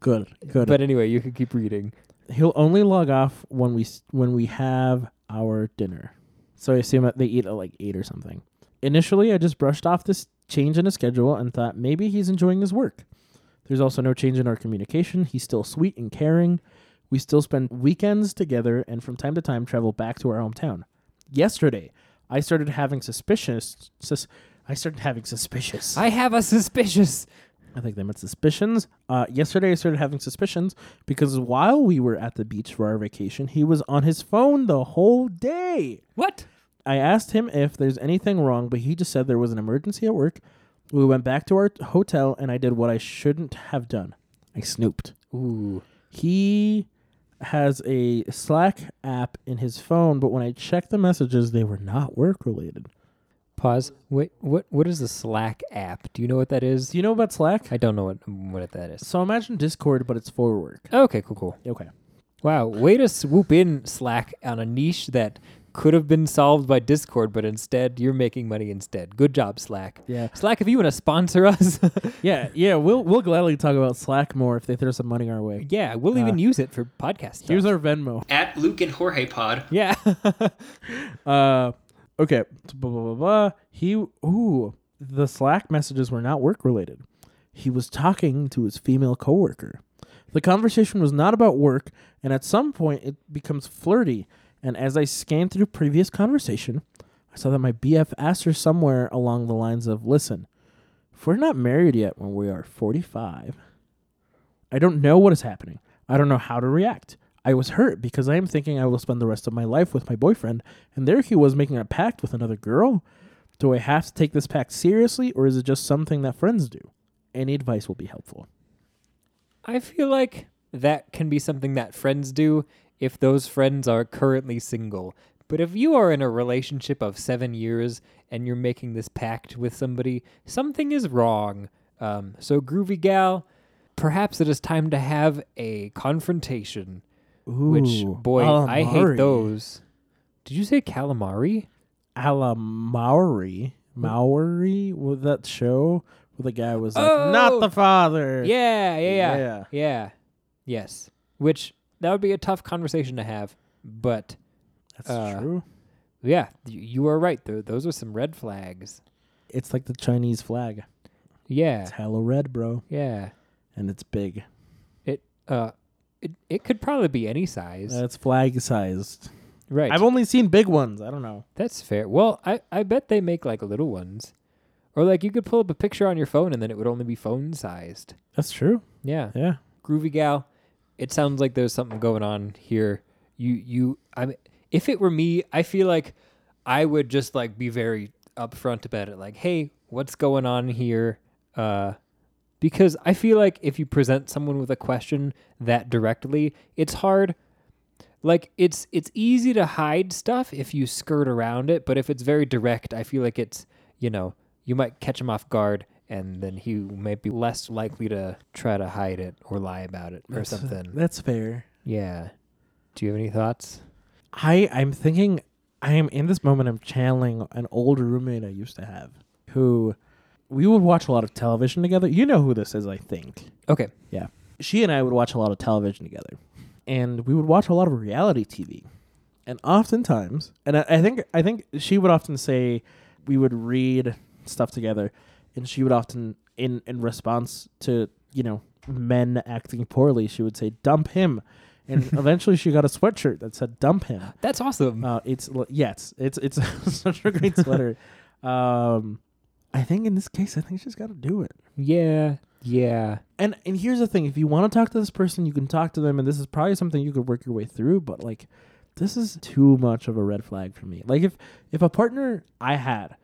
Speaker 3: Good, good.
Speaker 2: But anyway, you can keep reading.
Speaker 3: He'll only log off when we s- when we have our dinner. So I assume that they eat at like eight or something. Initially, I just brushed off this change in his schedule and thought maybe he's enjoying his work. There's also no change in our communication. He's still sweet and caring. We still spend weekends together and from time to time travel back to our hometown. Yesterday, I started having suspicious. Sus, I started having suspicious.
Speaker 2: I have a suspicious.
Speaker 3: I think they meant suspicions. Uh, yesterday, I started having suspicions because while we were at the beach for our vacation, he was on his phone the whole day.
Speaker 2: What?
Speaker 3: I asked him if there's anything wrong, but he just said there was an emergency at work We went back to our t- hotel, and I did what I shouldn't have done. I snooped.
Speaker 2: Ooh.
Speaker 3: He has a Slack app in his phone, but when I checked the messages, they were not work related.
Speaker 2: Pause. Wait. What? What is the Slack app? Do you know what that is?
Speaker 3: Do you know about Slack?
Speaker 2: I don't know what what that is.
Speaker 3: So imagine Discord, but it's for work.
Speaker 2: Okay. Cool. Cool.
Speaker 3: Okay.
Speaker 2: Wow. Way to swoop in Slack on a niche that could have been solved by Discord, but instead you're making money instead. Good job, Slack.
Speaker 3: Yeah.
Speaker 2: Slack, if you want to sponsor us,
Speaker 3: Yeah. Yeah. We'll we'll gladly talk about Slack more if they throw some money our way.
Speaker 2: yeah, we'll even use it for podcast stuff.
Speaker 3: Uh, Here's our Venmo.
Speaker 2: at Luke and Jorge Pod. Yeah.
Speaker 3: Uh, okay. Blah blah blah. blah. He ooh the Slack messages were not work related. He was talking to his female coworker. The conversation was not about work, and at some point it becomes flirty. And as I scanned through previous conversation, I saw that my BF asked her somewhere along the lines of, "Listen, if we're not married yet when we are 45, I don't know what is happening. I don't know how to react. I was hurt because I am thinking I will spend the rest of my life with my boyfriend, and there he was making a pact with another girl. Do I have to take this pact seriously, or is it just something that friends do? Any advice will be helpful.
Speaker 2: I feel like that can be something that friends do if those friends are currently single. But if you are in a relationship of seven years and you're making this pact with somebody, something is wrong. Um, so, groovy gal, perhaps it is time to have a confrontation. which,
Speaker 3: Ooh,
Speaker 2: boy, I hate
Speaker 3: calamari.
Speaker 2: those. Did you say calamari?
Speaker 3: A la Maori. Maori? Was that show where the guy was like,
Speaker 2: Oh!
Speaker 3: not the father?
Speaker 2: Yeah, yeah, yeah, yeah.
Speaker 3: Yeah.
Speaker 2: Yes. Which that would be a tough conversation to have, but
Speaker 3: That's
Speaker 2: Uh,
Speaker 3: true.
Speaker 2: yeah, you, you are right. Th- those are some red flags.
Speaker 3: It's like the Chinese flag.
Speaker 2: Yeah.
Speaker 3: It's hella red, bro.
Speaker 2: Yeah.
Speaker 3: And it's big.
Speaker 2: It uh it, it could probably be any size.
Speaker 3: Uh, it's flag sized.
Speaker 2: right.
Speaker 3: I've only seen big ones. I don't know.
Speaker 2: That's fair. Well, I I bet they make like little ones. Or like you could pull up a picture on your phone and then it would only be phone sized.
Speaker 3: That's true.
Speaker 2: Yeah.
Speaker 3: Yeah.
Speaker 2: groovy gal it sounds like there's something going on here you you i mean if it were me i feel like i would just like be very upfront about it like hey what's going on here uh because i feel like if you present someone with a question that directly it's hard like it's it's easy to hide stuff if you skirt around it but if it's very direct i feel like it's you know you might catch him off guard and then he might be less likely to try to hide it or lie about it or something
Speaker 3: That's fair.
Speaker 2: yeah do you have any thoughts
Speaker 3: I I'm thinking I am in this moment I'm channeling an old roommate I used to have who we would watch a lot of television together. You know who this is, I think.
Speaker 2: okay
Speaker 3: Yeah. She and I would watch a lot of television together. And we would watch a lot of reality TV. And oftentimes, and I, I think I think she would often say we would read stuff together and she would often in in response to, you know, men acting poorly, she would say dump him. And eventually she got a sweatshirt that said dump him.
Speaker 2: that's awesome
Speaker 3: Uh, it's l- yes, it's it's such a great sweater. um, I think in this case, I think she's got to do it.
Speaker 2: yeah yeah
Speaker 3: And and here's the thing: if you want to talk to this person, you can talk to them, and this is probably something you could work your way through. But like, this is too much of a red flag for me. Like if if a partner I had,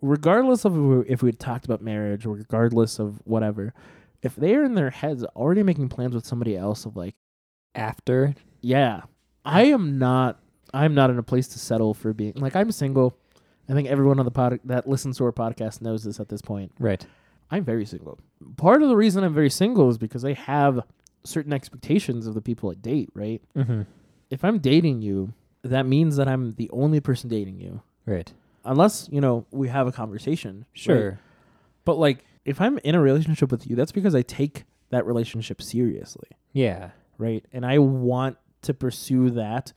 Speaker 3: regardless of if we had talked about marriage, or regardless of whatever, if they are in their heads already making plans with somebody else of like,
Speaker 2: after
Speaker 3: yeah i am not i'm not in a place to settle for being like i'm single i think everyone on the pod that listens to our podcast knows this at this point
Speaker 2: right
Speaker 3: i'm very single part of the reason i'm very single is because i have certain expectations of the people i date right
Speaker 2: mm-hmm.
Speaker 3: if i'm dating you that means that i'm the only person dating you
Speaker 2: right
Speaker 3: unless you know we have a conversation right?
Speaker 2: sure
Speaker 3: but like if i'm in a relationship with you that's because i take that relationship seriously
Speaker 2: yeah
Speaker 3: right? And I want to pursue that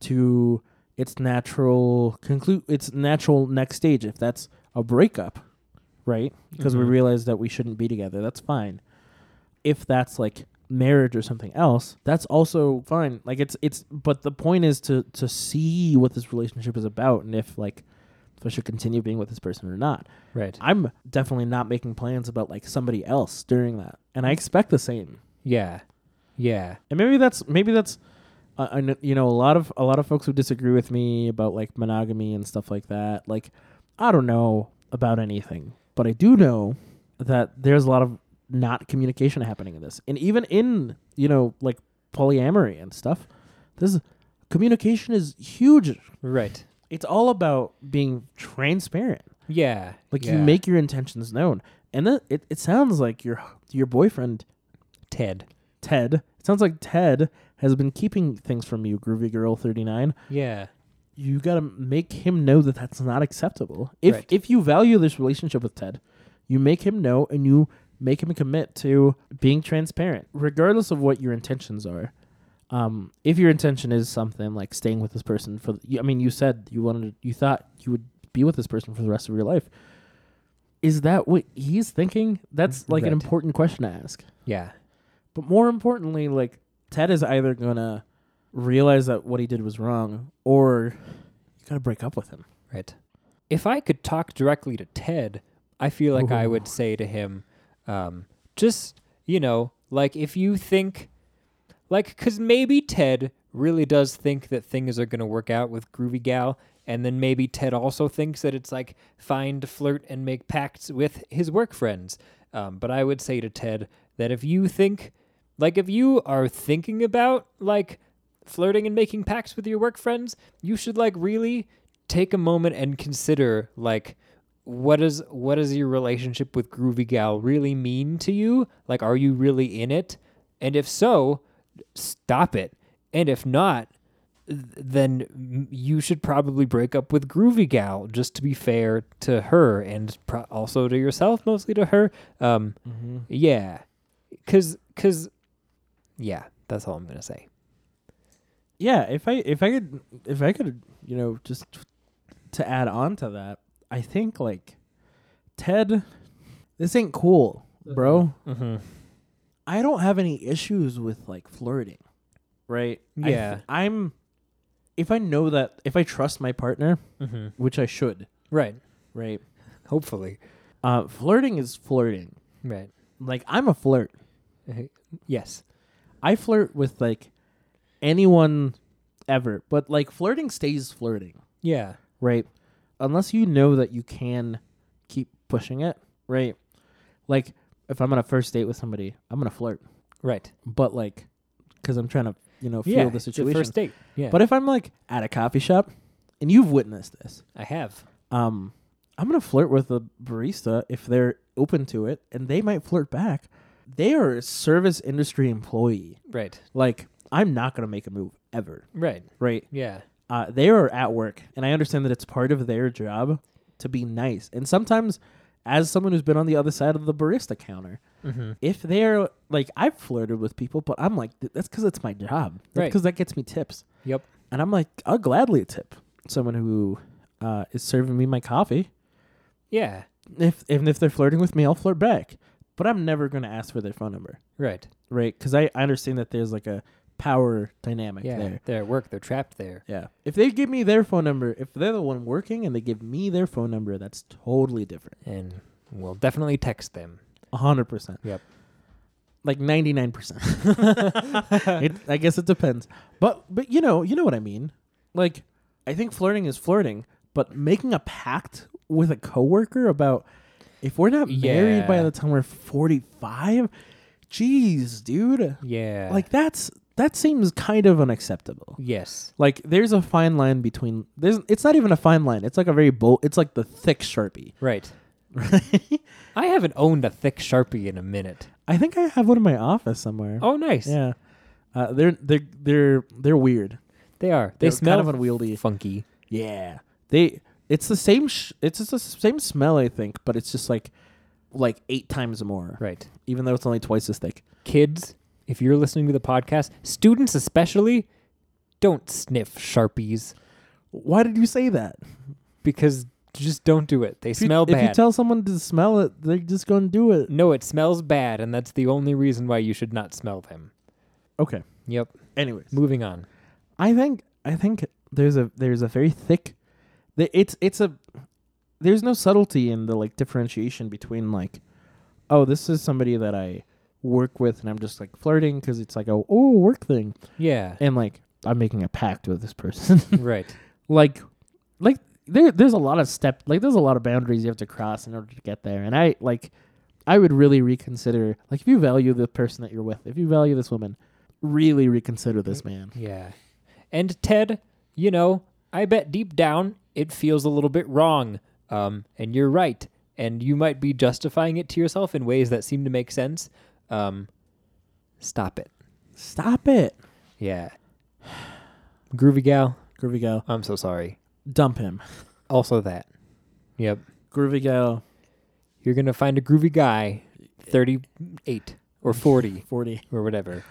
Speaker 3: to its natural conclude its natural next stage if that's a breakup, right? Because we realize that we shouldn't be together. That's fine. If that's like marriage or something else, that's also fine. Like it's it's but the point is to to see what this relationship is about and if like if I should continue being with this person or not.
Speaker 2: right
Speaker 3: I'm definitely not making plans about like somebody else during that. And I expect the same
Speaker 2: yeah yeah
Speaker 3: and maybe that's maybe that's uh, I kn- you know a lot of a lot of folks who disagree with me about like monogamy and stuff like that like i don't know about anything But I do know that there's a lot of not communication happening in this. And even in, you know, like polyamory and stuff, this is- communication is huge.
Speaker 2: Right.
Speaker 3: It's all about being transparent.
Speaker 2: Yeah.
Speaker 3: Like you
Speaker 2: yeah.
Speaker 3: make your intentions known. And then it, it sounds like your your boyfriend
Speaker 2: Ted.
Speaker 3: Ted. It sounds like Ted has been keeping things from you, Groovy Girl 39.
Speaker 2: Yeah.
Speaker 3: You got to make him know that that's not acceptable. If
Speaker 2: Right.
Speaker 3: if you value this relationship with Ted, you make him know and you make him commit to being transparent, regardless of what your intentions are. Um, if your intention is something like staying with this person for, the, I mean, you said you wanted, you thought you would be with this person for the rest of your life. Is that what he's thinking? That's like an
Speaker 2: Right.
Speaker 3: important question to ask.
Speaker 2: Yeah.
Speaker 3: But more importantly, like Ted is either gonna realize that what he did was wrong, or you gotta break up with him.
Speaker 2: Right. If I could talk directly to Ted, I feel like I
Speaker 3: Ooh.
Speaker 2: would say to him, um, just, you know, like if you think, like, because maybe Ted really does think that things are going to work out with Groovy Gal. And then maybe Ted also thinks that it's like fine to flirt and make pacts with his work friends. Um, but I would say to Ted that if you think, like, if you are thinking about, like, flirting and making pacts with your work friends, you should like really take a moment and consider like what is what does your relationship with Groovy Gal really mean to you? Like are you really in it? And if so, stop it. And if not, th- then m- you should probably break up with Groovy Gal just to be fair to her and pro- also to yourself, mostly to her. Um, yeah, cause, cause, yeah, that's all I'm gonna say.
Speaker 3: Yeah, if I if I could if I could you know just to add on to that, I think like Ted, this ain't cool, bro.
Speaker 2: Mm-hmm.
Speaker 3: I don't have any issues with like flirting, right? I th-
Speaker 2: Yeah.
Speaker 3: I'm. If I know that if I trust my partner,
Speaker 2: Mm-hmm.
Speaker 3: which I should,
Speaker 2: Right.
Speaker 3: right?
Speaker 2: Hopefully.
Speaker 3: Uh, flirting is flirting.
Speaker 2: Right.
Speaker 3: Like I'm a flirt.
Speaker 2: Yes.
Speaker 3: I flirt with like anyone ever, but like flirting stays flirting,
Speaker 2: Yeah.
Speaker 3: right? Unless you know that you can keep pushing it, right? Like if I'm on a first date with somebody, I'm gonna flirt,
Speaker 2: Right.
Speaker 3: but like because I'm trying to you know feel
Speaker 2: yeah.
Speaker 3: the
Speaker 2: it's a
Speaker 3: situation.
Speaker 2: first date. Yeah.
Speaker 3: But if I'm like at a coffee shop, and you've witnessed this,
Speaker 2: I have.
Speaker 3: um, I'm gonna flirt with a barista if they're open to it, and they might flirt back. They are a service industry employee.
Speaker 2: Right.
Speaker 3: Like, I'm not going to make a move ever,
Speaker 2: Right.
Speaker 3: right?
Speaker 2: Yeah.
Speaker 3: Uh, they are at work, and I understand that it's part of their job to be nice. And sometimes, as someone who's been on the other side of the barista counter,
Speaker 2: Mm-hmm.
Speaker 3: if they're like, I've flirted with people, but I'm like, "Th- that's because it's my job. That's
Speaker 2: Right.
Speaker 3: because that gets me tips.
Speaker 2: Yep.
Speaker 3: And I'm like, I'll gladly tip someone who uh, is serving me my coffee.
Speaker 2: Yeah.
Speaker 3: If, and if they're flirting with me, I'll flirt back. But I'm never going to ask for their phone number,
Speaker 2: Right.
Speaker 3: right? Because I, I understand that there's like a power dynamic
Speaker 2: yeah.
Speaker 3: there.
Speaker 2: They're at work. They're trapped there.
Speaker 3: Yeah. If they give me their phone number, if they're the one working and they give me their phone number, that's totally different.
Speaker 2: And we'll definitely text them.
Speaker 3: A 100%.
Speaker 2: Yep.
Speaker 3: Like 99%. it, I guess it depends. But but you know, you know what I mean? Like I think flirting is flirting, but making a pact with a coworker about if we're not married by
Speaker 2: Yeah.
Speaker 3: the time we're 45, jeez, dude.
Speaker 2: Yeah.
Speaker 3: Like that's that seems kind of unacceptable.
Speaker 2: Yes.
Speaker 3: Like there's a fine line between there's it's not even a fine line. It's like a very bold it's like the thick sharpie.
Speaker 2: Right.
Speaker 3: Right?
Speaker 2: I haven't owned a thick sharpie in a minute.
Speaker 3: I think I have one in my office somewhere.
Speaker 2: Oh, nice.
Speaker 3: Yeah. Uh, they're they're they're they're weird.
Speaker 2: They are. They
Speaker 3: They're
Speaker 2: smell
Speaker 3: kind of unwieldy.
Speaker 2: funky.
Speaker 3: Yeah. They it's the same sh- it's just the same smell I think, but it's just like like eight times more.
Speaker 2: Right.
Speaker 3: Even though it's only twice as thick.
Speaker 2: Kids, if you're listening to the podcast, students especially, don't sniff sharpies.
Speaker 3: Why did you say that?
Speaker 2: because just don't do it. They
Speaker 3: If you-
Speaker 2: smell
Speaker 3: if
Speaker 2: bad. Mm.
Speaker 3: you tell someone to smell it, they're just going to do it.
Speaker 2: no, it smells bad, and that's the only reason why you should not smell them.
Speaker 3: Okay.
Speaker 2: Yep.
Speaker 3: Anyways.
Speaker 2: Moving on.
Speaker 3: I think I think there's a there's a very thick the- it's it's a there's no subtlety in the like differentiation between like oh this is somebody that I work with and I'm just like flirting because it's like a oh work thing
Speaker 2: Yeah.
Speaker 3: and like I'm making a pact with this person
Speaker 2: right.
Speaker 3: like like there there's a lot of step like there's a lot of boundaries you have to cross in order to get there. And I like I would really reconsider like if you value the person that you're with, if you value this woman, really reconsider this man.
Speaker 2: Yeah. And Ted, you know, I bet deep down it feels a little bit wrong. Um, and you're right. And you might be justifying it to yourself in ways that seem to make sense. Um, stop it.
Speaker 3: Stop it.
Speaker 2: Yeah. Groovy gal,
Speaker 3: Groovy gal.
Speaker 2: I'm so sorry.
Speaker 3: Dump him.
Speaker 2: Also that. Yep.
Speaker 3: Groovy gal
Speaker 2: You're going to find a groovy guy 38 or 40
Speaker 3: forty.
Speaker 2: or whatever.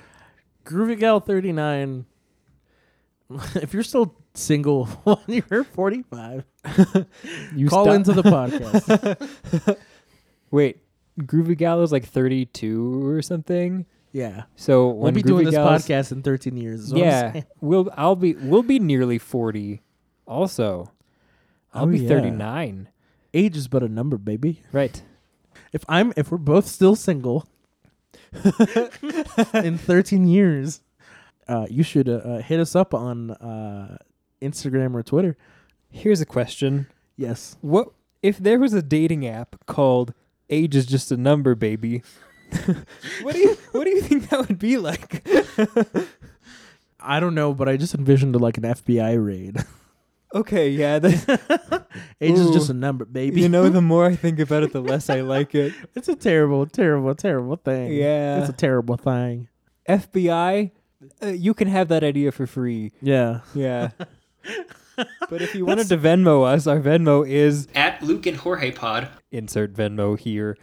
Speaker 3: Groovy gal thirty nine. if you're still single when you're forty five,
Speaker 2: You
Speaker 3: call
Speaker 2: stop-
Speaker 3: into the podcast.
Speaker 2: Wait, Groovy Gal is like 32 or something.
Speaker 3: yeah.
Speaker 2: So
Speaker 3: We'll
Speaker 2: when
Speaker 3: be doing
Speaker 2: Groovy
Speaker 3: this
Speaker 2: Gal's-
Speaker 3: podcast in thirteen years. is what I'm
Speaker 2: yeah,
Speaker 3: saying.
Speaker 2: we'll I'll be we'll be nearly 40. Also, I'll
Speaker 3: Oh,
Speaker 2: be
Speaker 3: yeah.
Speaker 2: 39.
Speaker 3: Age is but a number, baby.
Speaker 2: Right.
Speaker 3: If I'm if we're both still single in 13 years, uh, you should uh, uh, hit us up on uh, Instagram or Twitter.
Speaker 2: Here's a question:
Speaker 3: Yes.
Speaker 2: What if there was a dating app called "Age is just a number, baby"? what do you what do you think that would be like?
Speaker 3: I don't know, but I just envisioned like an FBI raid.
Speaker 2: okay, yeah, that,
Speaker 3: Age is
Speaker 2: Ooh.
Speaker 3: just a number, baby.
Speaker 2: you know, the more I think about it, the less I like it.
Speaker 3: it's a terrible, terrible, terrible thing.
Speaker 2: Yeah,
Speaker 3: It's a terrible thing.
Speaker 2: FBI, uh, you can have that idea for free.
Speaker 3: Yeah.
Speaker 2: Yeah. but if you wanted to Venmo us, our Venmo is
Speaker 4: at Luke and Jorge Pod.
Speaker 2: insert Venmo here.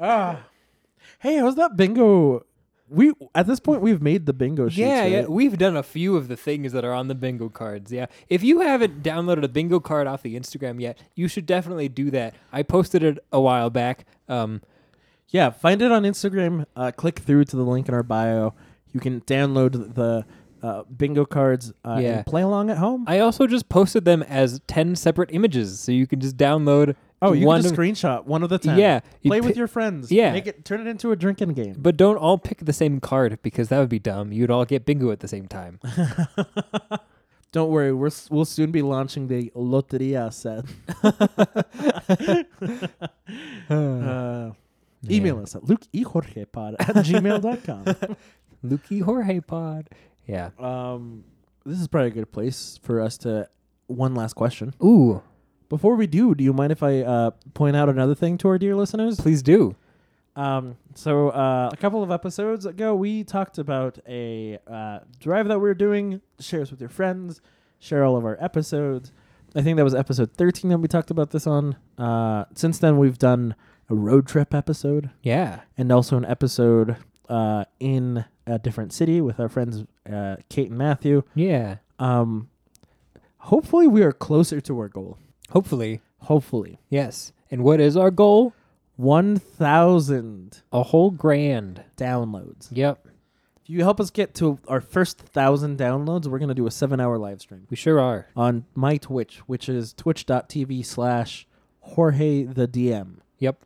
Speaker 3: Ah. Hey, how's that bingo? We at this point we've made the bingo sheets.
Speaker 2: yeah, yeah.
Speaker 3: right?
Speaker 2: We've done a few of the things that are on the bingo cards. Yeah. If you haven't downloaded a bingo card off the Instagram yet, you should definitely do that. I posted it a while back. Um,
Speaker 3: Yeah, find it on Instagram. Uh, click through to the link in our bio. You can download the uh, bingo cards uh,
Speaker 2: Yeah.
Speaker 3: and play along at home.
Speaker 2: I also just posted them as 10 separate images, so you can just download
Speaker 3: oh, you
Speaker 2: one
Speaker 3: can just
Speaker 2: of-
Speaker 3: screenshot one of the ten.
Speaker 2: Yeah, you
Speaker 3: play
Speaker 2: pi-
Speaker 3: with your friends.
Speaker 2: Yeah.
Speaker 3: make it turn it into a drinking game.
Speaker 2: But don't all pick the same card because that would be dumb. You'd all get bingo at the same time.
Speaker 3: Don't worry, we're s- we'll soon be launching the loteria set. uh, Email us at lukeejorgepod at gmail.com.
Speaker 2: Lukey Jorge Pod. Yeah.
Speaker 3: um, this is probably a good place for us to one last question.
Speaker 2: Ooh,
Speaker 3: Before we do, do you mind if I uh, point out another thing to our dear listeners?
Speaker 2: please do.
Speaker 3: Um, so uh, a couple of episodes ago, we talked about a uh, drive that we are doing. Share us with your friends. Share all of our episodes. I think that was episode 13 that we talked about this on. Uh, since then, we've done a road trip episode
Speaker 2: Yeah.
Speaker 3: and also an episode uh, in a different city with our friends uh, Kate and Matthew.
Speaker 2: Yeah.
Speaker 3: Um, hopefully, we are closer to our goal.
Speaker 2: Hopefully.
Speaker 3: Hopefully.
Speaker 2: Yes. And what is our goal?
Speaker 3: 1,000
Speaker 2: A whole grand.
Speaker 3: downloads.
Speaker 2: Yep.
Speaker 3: If you help us get to our first 1,000 downloads, we're going to do a seven hour live stream
Speaker 2: We sure are.
Speaker 3: on my Twitch, which is twitch.tv slash Jorge the DM.
Speaker 2: Yep.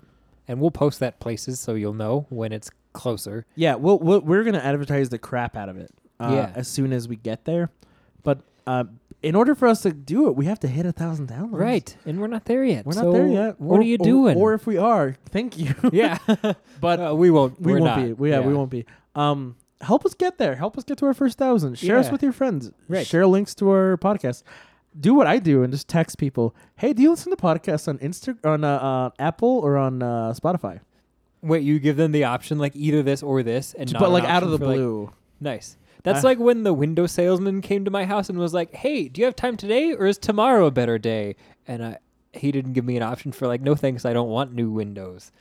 Speaker 2: And we'll post that places so you'll know when it's closer.
Speaker 3: Yeah, we'll, we'll, we're going to advertise the crap out of it uh,
Speaker 2: Yeah.
Speaker 3: as soon as we get there. But uh, in order for us to do it, we have to hit a 1,000 downloads.
Speaker 2: Right. And we're not there yet.
Speaker 3: We're
Speaker 2: So
Speaker 3: not there yet.
Speaker 2: What
Speaker 3: Or-
Speaker 2: are you
Speaker 3: or-
Speaker 2: doing?
Speaker 3: Or if we are, thank you.
Speaker 2: yeah.
Speaker 3: But
Speaker 2: Uh, we won't.
Speaker 3: we
Speaker 2: We're
Speaker 3: won't
Speaker 2: not.
Speaker 3: be. We, yeah, we won't be. Um, help us get there. Help us get to our first thousand. Share us
Speaker 2: Yeah.
Speaker 3: with your friends.
Speaker 2: Right.
Speaker 3: Share links to our podcast. Do what I do and just text people. Hey, do you listen to podcasts on Insta on uh, uh, Apple or on uh, Spotify?
Speaker 2: Wait, you give them the option like either this or this, and not
Speaker 3: but
Speaker 2: an
Speaker 3: like out of the
Speaker 2: option for, like,
Speaker 3: blue.
Speaker 2: Nice. That's
Speaker 3: Uh,
Speaker 2: like when the window salesman came to my house and was like, "Hey, do you have time today, or is tomorrow a better day?" And I, he didn't give me an option for like, "No thanks, I don't want new windows."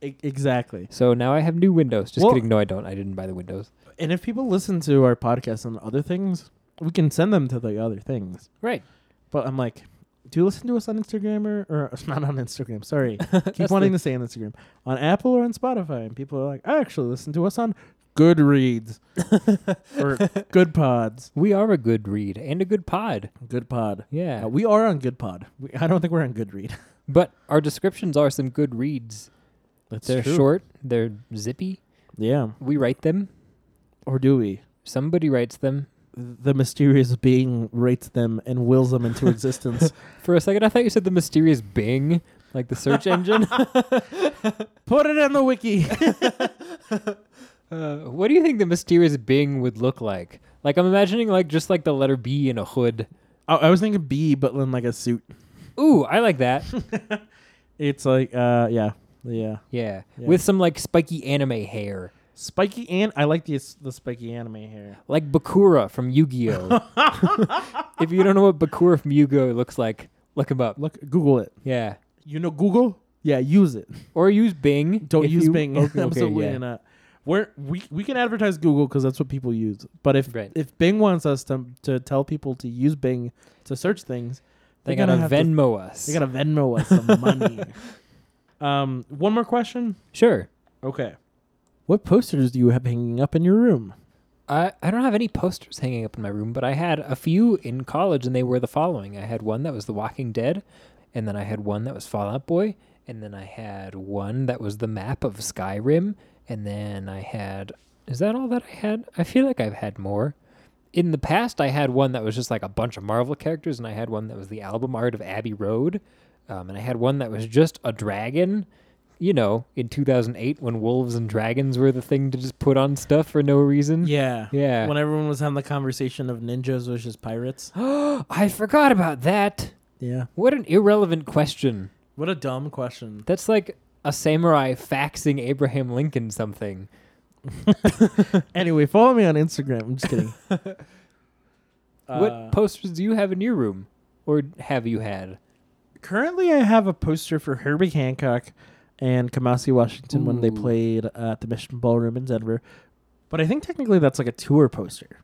Speaker 3: E- exactly.
Speaker 2: So now I have new windows. Just
Speaker 3: Well-
Speaker 2: kidding. No, I don't. I didn't buy the windows.
Speaker 3: And if people listen to our podcast on other things, we can send them to the other things.
Speaker 2: Right.
Speaker 3: But I'm like, do you listen to us on Instagram or, or not on Instagram? Sorry, keep wanting to say on Instagram, on Apple or on Spotify, and people are like, I actually listen to us on Goodreads or Good Pods.
Speaker 2: We are a good read and a good pod.
Speaker 3: Good Pod.
Speaker 2: Yeah.
Speaker 3: Uh, we are on Good Pod. We, I don't think we're on Goodread.
Speaker 2: but our descriptions are some good reads.
Speaker 3: That's
Speaker 2: They're
Speaker 3: true.
Speaker 2: short. They're zippy.
Speaker 3: Yeah.
Speaker 2: We write them.
Speaker 3: Or do we?
Speaker 2: Somebody writes them.
Speaker 3: The mysterious being rates them and wills them into existence.
Speaker 2: For a second, I thought you said the mysterious Bing, like the search engine.
Speaker 3: Put it in the wiki.
Speaker 2: Uh, what do you think the mysterious Bing would look like? Like I'm imagining, like just like the letter B in a hood.
Speaker 3: I, I was thinking bee, but in like a suit.
Speaker 2: Ooh, I like that.
Speaker 3: It's like, uh, yeah, yeah.
Speaker 2: Yeah.
Speaker 3: Yeah.
Speaker 2: with some like spiky anime hair,
Speaker 3: Spiky and I like the the spiky anime hair.
Speaker 2: like Bakura from Yu-Gi-Oh. if you don't know what Bakura from Yu-Gi-Oh looks like, look him up.
Speaker 3: Look, Google it.
Speaker 2: Yeah,
Speaker 3: You know Google? Yeah, use it.
Speaker 2: or use Bing.
Speaker 3: Don't
Speaker 2: if
Speaker 3: use
Speaker 2: you-
Speaker 3: Bing.
Speaker 2: Okay, okay,
Speaker 3: Absolutely
Speaker 2: yeah.
Speaker 3: not. We're, we we can advertise Google because that's what people use. But if
Speaker 2: Right.
Speaker 3: if Bing wants us to to tell people to use Bing to search things,
Speaker 2: They
Speaker 3: they're gonna
Speaker 2: gotta
Speaker 3: have to-
Speaker 2: Venmo us.
Speaker 3: they gotta Venmo us some money. Um, one more question.
Speaker 2: Sure.
Speaker 3: Okay, what posters do you have hanging up in your room?
Speaker 2: I, I don't have any posters hanging up in my room, but I had a few in college, and they were the following. I had one that was The Walking Dead, and then I had one that was Fallout Boy, and then I had one that was the map of Skyrim, and then I had. Is that all that I had? I feel like I've had more. In the past, I had one that was just like a bunch of Marvel characters, and I had one that was the album art of Abbey Road, um, and I had one that was just a dragon. You know, in 2008, when wolves and dragons were the thing to just put on stuff for no reason.
Speaker 3: Yeah,
Speaker 2: Yeah.
Speaker 3: When everyone was having the conversation of ninjas versus pirates.
Speaker 2: I forgot about that.
Speaker 3: yeah.
Speaker 2: What an irrelevant question.
Speaker 3: What a dumb question.
Speaker 2: That's like a samurai faxing Abraham Lincoln something.
Speaker 3: Anyway, follow me on Instagram. I'm just kidding. Uh,
Speaker 2: what posters do you have in your room? Or have you had?
Speaker 3: currently I have a poster for Herbie Hancock and Kamasi Washington when they
Speaker 2: Ooh.
Speaker 3: played uh, at the Mission Ballroom in Denver. But I think technically that's like a tour poster.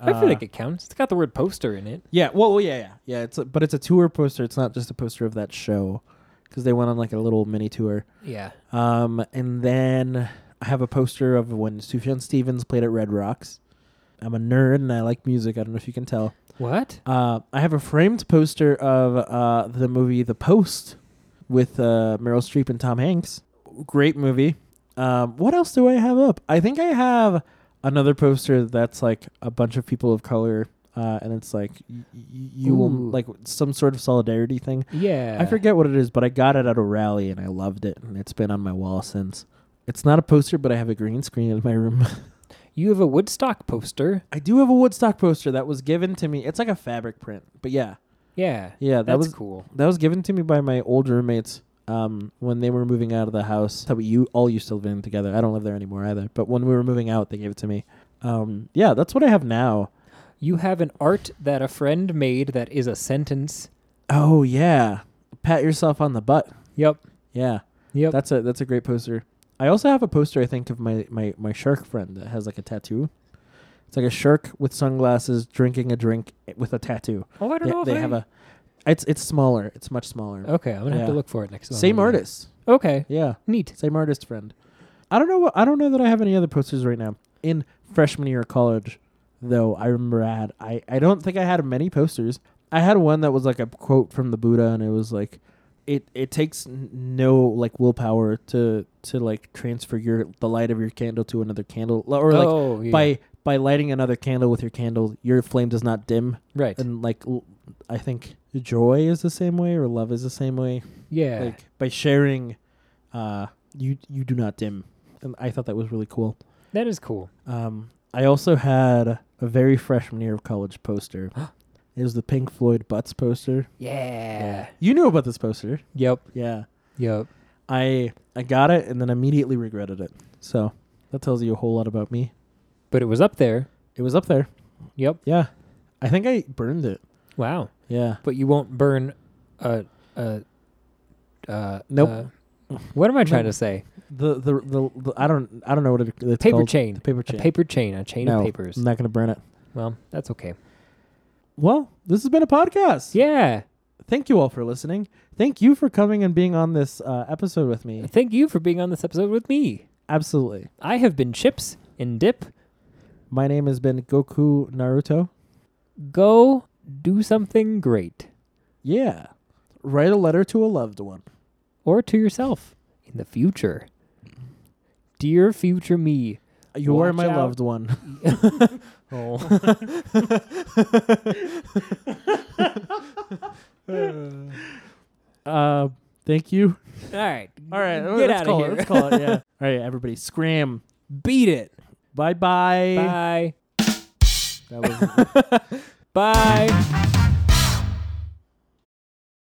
Speaker 2: I feel
Speaker 3: Uh,
Speaker 2: like it counts. It's got the word poster in it.
Speaker 3: yeah. Well, well, yeah, yeah, yeah. It's a, but it's a tour poster. It's not just a poster of that show because they went on like a little mini tour.
Speaker 2: Yeah.
Speaker 3: Um, and then I have a poster of when Sufjan Stevens played at Red Rocks. I'm a nerd and I like music. I don't know if you can tell.
Speaker 2: What?
Speaker 3: Uh, I have a framed poster of uh, the movie The Post with uh, Meryl Streep and Tom Hanks. Great movie. Um, what else do I have up? I think I have another poster that's like a bunch of people of color, uh, and it's like y- y- you will
Speaker 2: Ooh.
Speaker 3: like some sort of solidarity thing.
Speaker 2: Yeah.
Speaker 3: I forget what it is, but I got it at a rally and I loved it, and it's been on my wall since. It's not a poster, but I have a green screen in my room.
Speaker 2: You have a Woodstock poster.
Speaker 3: I do have a Woodstock poster that was given to me. It's like a fabric print, but yeah,
Speaker 2: Yeah.
Speaker 3: yeah, that
Speaker 2: That's
Speaker 3: was
Speaker 2: cool.
Speaker 3: That was given to me by my old roommates um, when they were moving out of the house. So we you all used to live in together. I don't live there anymore either. But when we were moving out, they gave it to me. Um, yeah, that's what I have now.
Speaker 2: You have an art that a friend made that is a sentence.
Speaker 3: Oh yeah, pat yourself on the butt.
Speaker 2: Yep.
Speaker 3: Yeah,
Speaker 2: Yep.
Speaker 3: that's a that's a great poster. I also have a poster I think of my my my shark friend that has like a tattoo. It's like a shark with sunglasses drinking a drink with a tattoo.
Speaker 2: oh, I don't
Speaker 3: They,
Speaker 2: know if
Speaker 3: they
Speaker 2: I-
Speaker 3: have a. It's it's smaller. It's much smaller.
Speaker 2: Okay, I'm going to have to
Speaker 3: Yeah.
Speaker 2: look for it next time.
Speaker 3: Same
Speaker 2: I'm there.
Speaker 3: artist.
Speaker 2: Okay.
Speaker 3: Yeah.
Speaker 2: Neat.
Speaker 3: Same artist friend. I don't know. What, I don't know that I have any other posters right now. In freshman year of college, though, I remember I had. I, I don't think I had many posters. I had one that was like a quote from the Buddha, and it was like, "It it takes n- no like willpower to to like transfer your the light of your candle to another candle, or like
Speaker 2: oh, yeah.
Speaker 3: by by lighting another candle with your candle, your flame does not dim."
Speaker 2: right.
Speaker 3: And like, l- I think joy is the same way, or love is the same way
Speaker 2: yeah.
Speaker 3: like by sharing uh you you do not dim and i thought that was really cool
Speaker 2: that is cool.
Speaker 3: um i also had a very freshman year of college poster it was the pink floyd butts poster
Speaker 2: Yeah.
Speaker 3: you knew about this poster
Speaker 2: Yep.
Speaker 3: yeah
Speaker 2: Yep.
Speaker 3: i i got it and then immediately regretted it so that tells you a whole lot about me
Speaker 2: But it was up there.
Speaker 3: it was up there
Speaker 2: Yep.
Speaker 3: yeah i think i burned it
Speaker 2: Wow.
Speaker 3: yeah
Speaker 2: But you won't burn a a uh
Speaker 3: Nope.
Speaker 2: uh, what am I trying to say?
Speaker 3: the the, the, the i don't i don't know what it, it's
Speaker 2: Paper
Speaker 3: called.
Speaker 2: chain.
Speaker 3: The paper
Speaker 2: A
Speaker 3: chain
Speaker 2: paper chain, a chain
Speaker 3: no,
Speaker 2: of papers.
Speaker 3: i'm not gonna burn it
Speaker 2: Well, that's okay.
Speaker 3: well this has been a podcast
Speaker 2: Yeah.
Speaker 3: thank you all for listening. Thank you for coming and being on this uh, episode with me.
Speaker 2: Thank you for being on this episode with me.
Speaker 3: Absolutely.
Speaker 2: I have been Chips and Dip.
Speaker 3: My name has been Goku Naruto.
Speaker 2: Go do something great.
Speaker 3: Yeah. Write a letter to a loved one.
Speaker 2: Or to yourself in the future. Dear future me.
Speaker 3: You are
Speaker 2: Watch
Speaker 3: my
Speaker 2: out.
Speaker 3: loved one.
Speaker 2: Oh.
Speaker 3: Uh, thank you.
Speaker 2: All right.
Speaker 3: All right,
Speaker 2: Get
Speaker 3: let's
Speaker 2: out
Speaker 3: call
Speaker 2: of
Speaker 3: it.
Speaker 2: here.
Speaker 3: Let's call it. Yeah. All right, everybody, scram.
Speaker 2: Beat it.
Speaker 3: Bye bye.
Speaker 2: Bye.
Speaker 3: That was.
Speaker 2: Bye.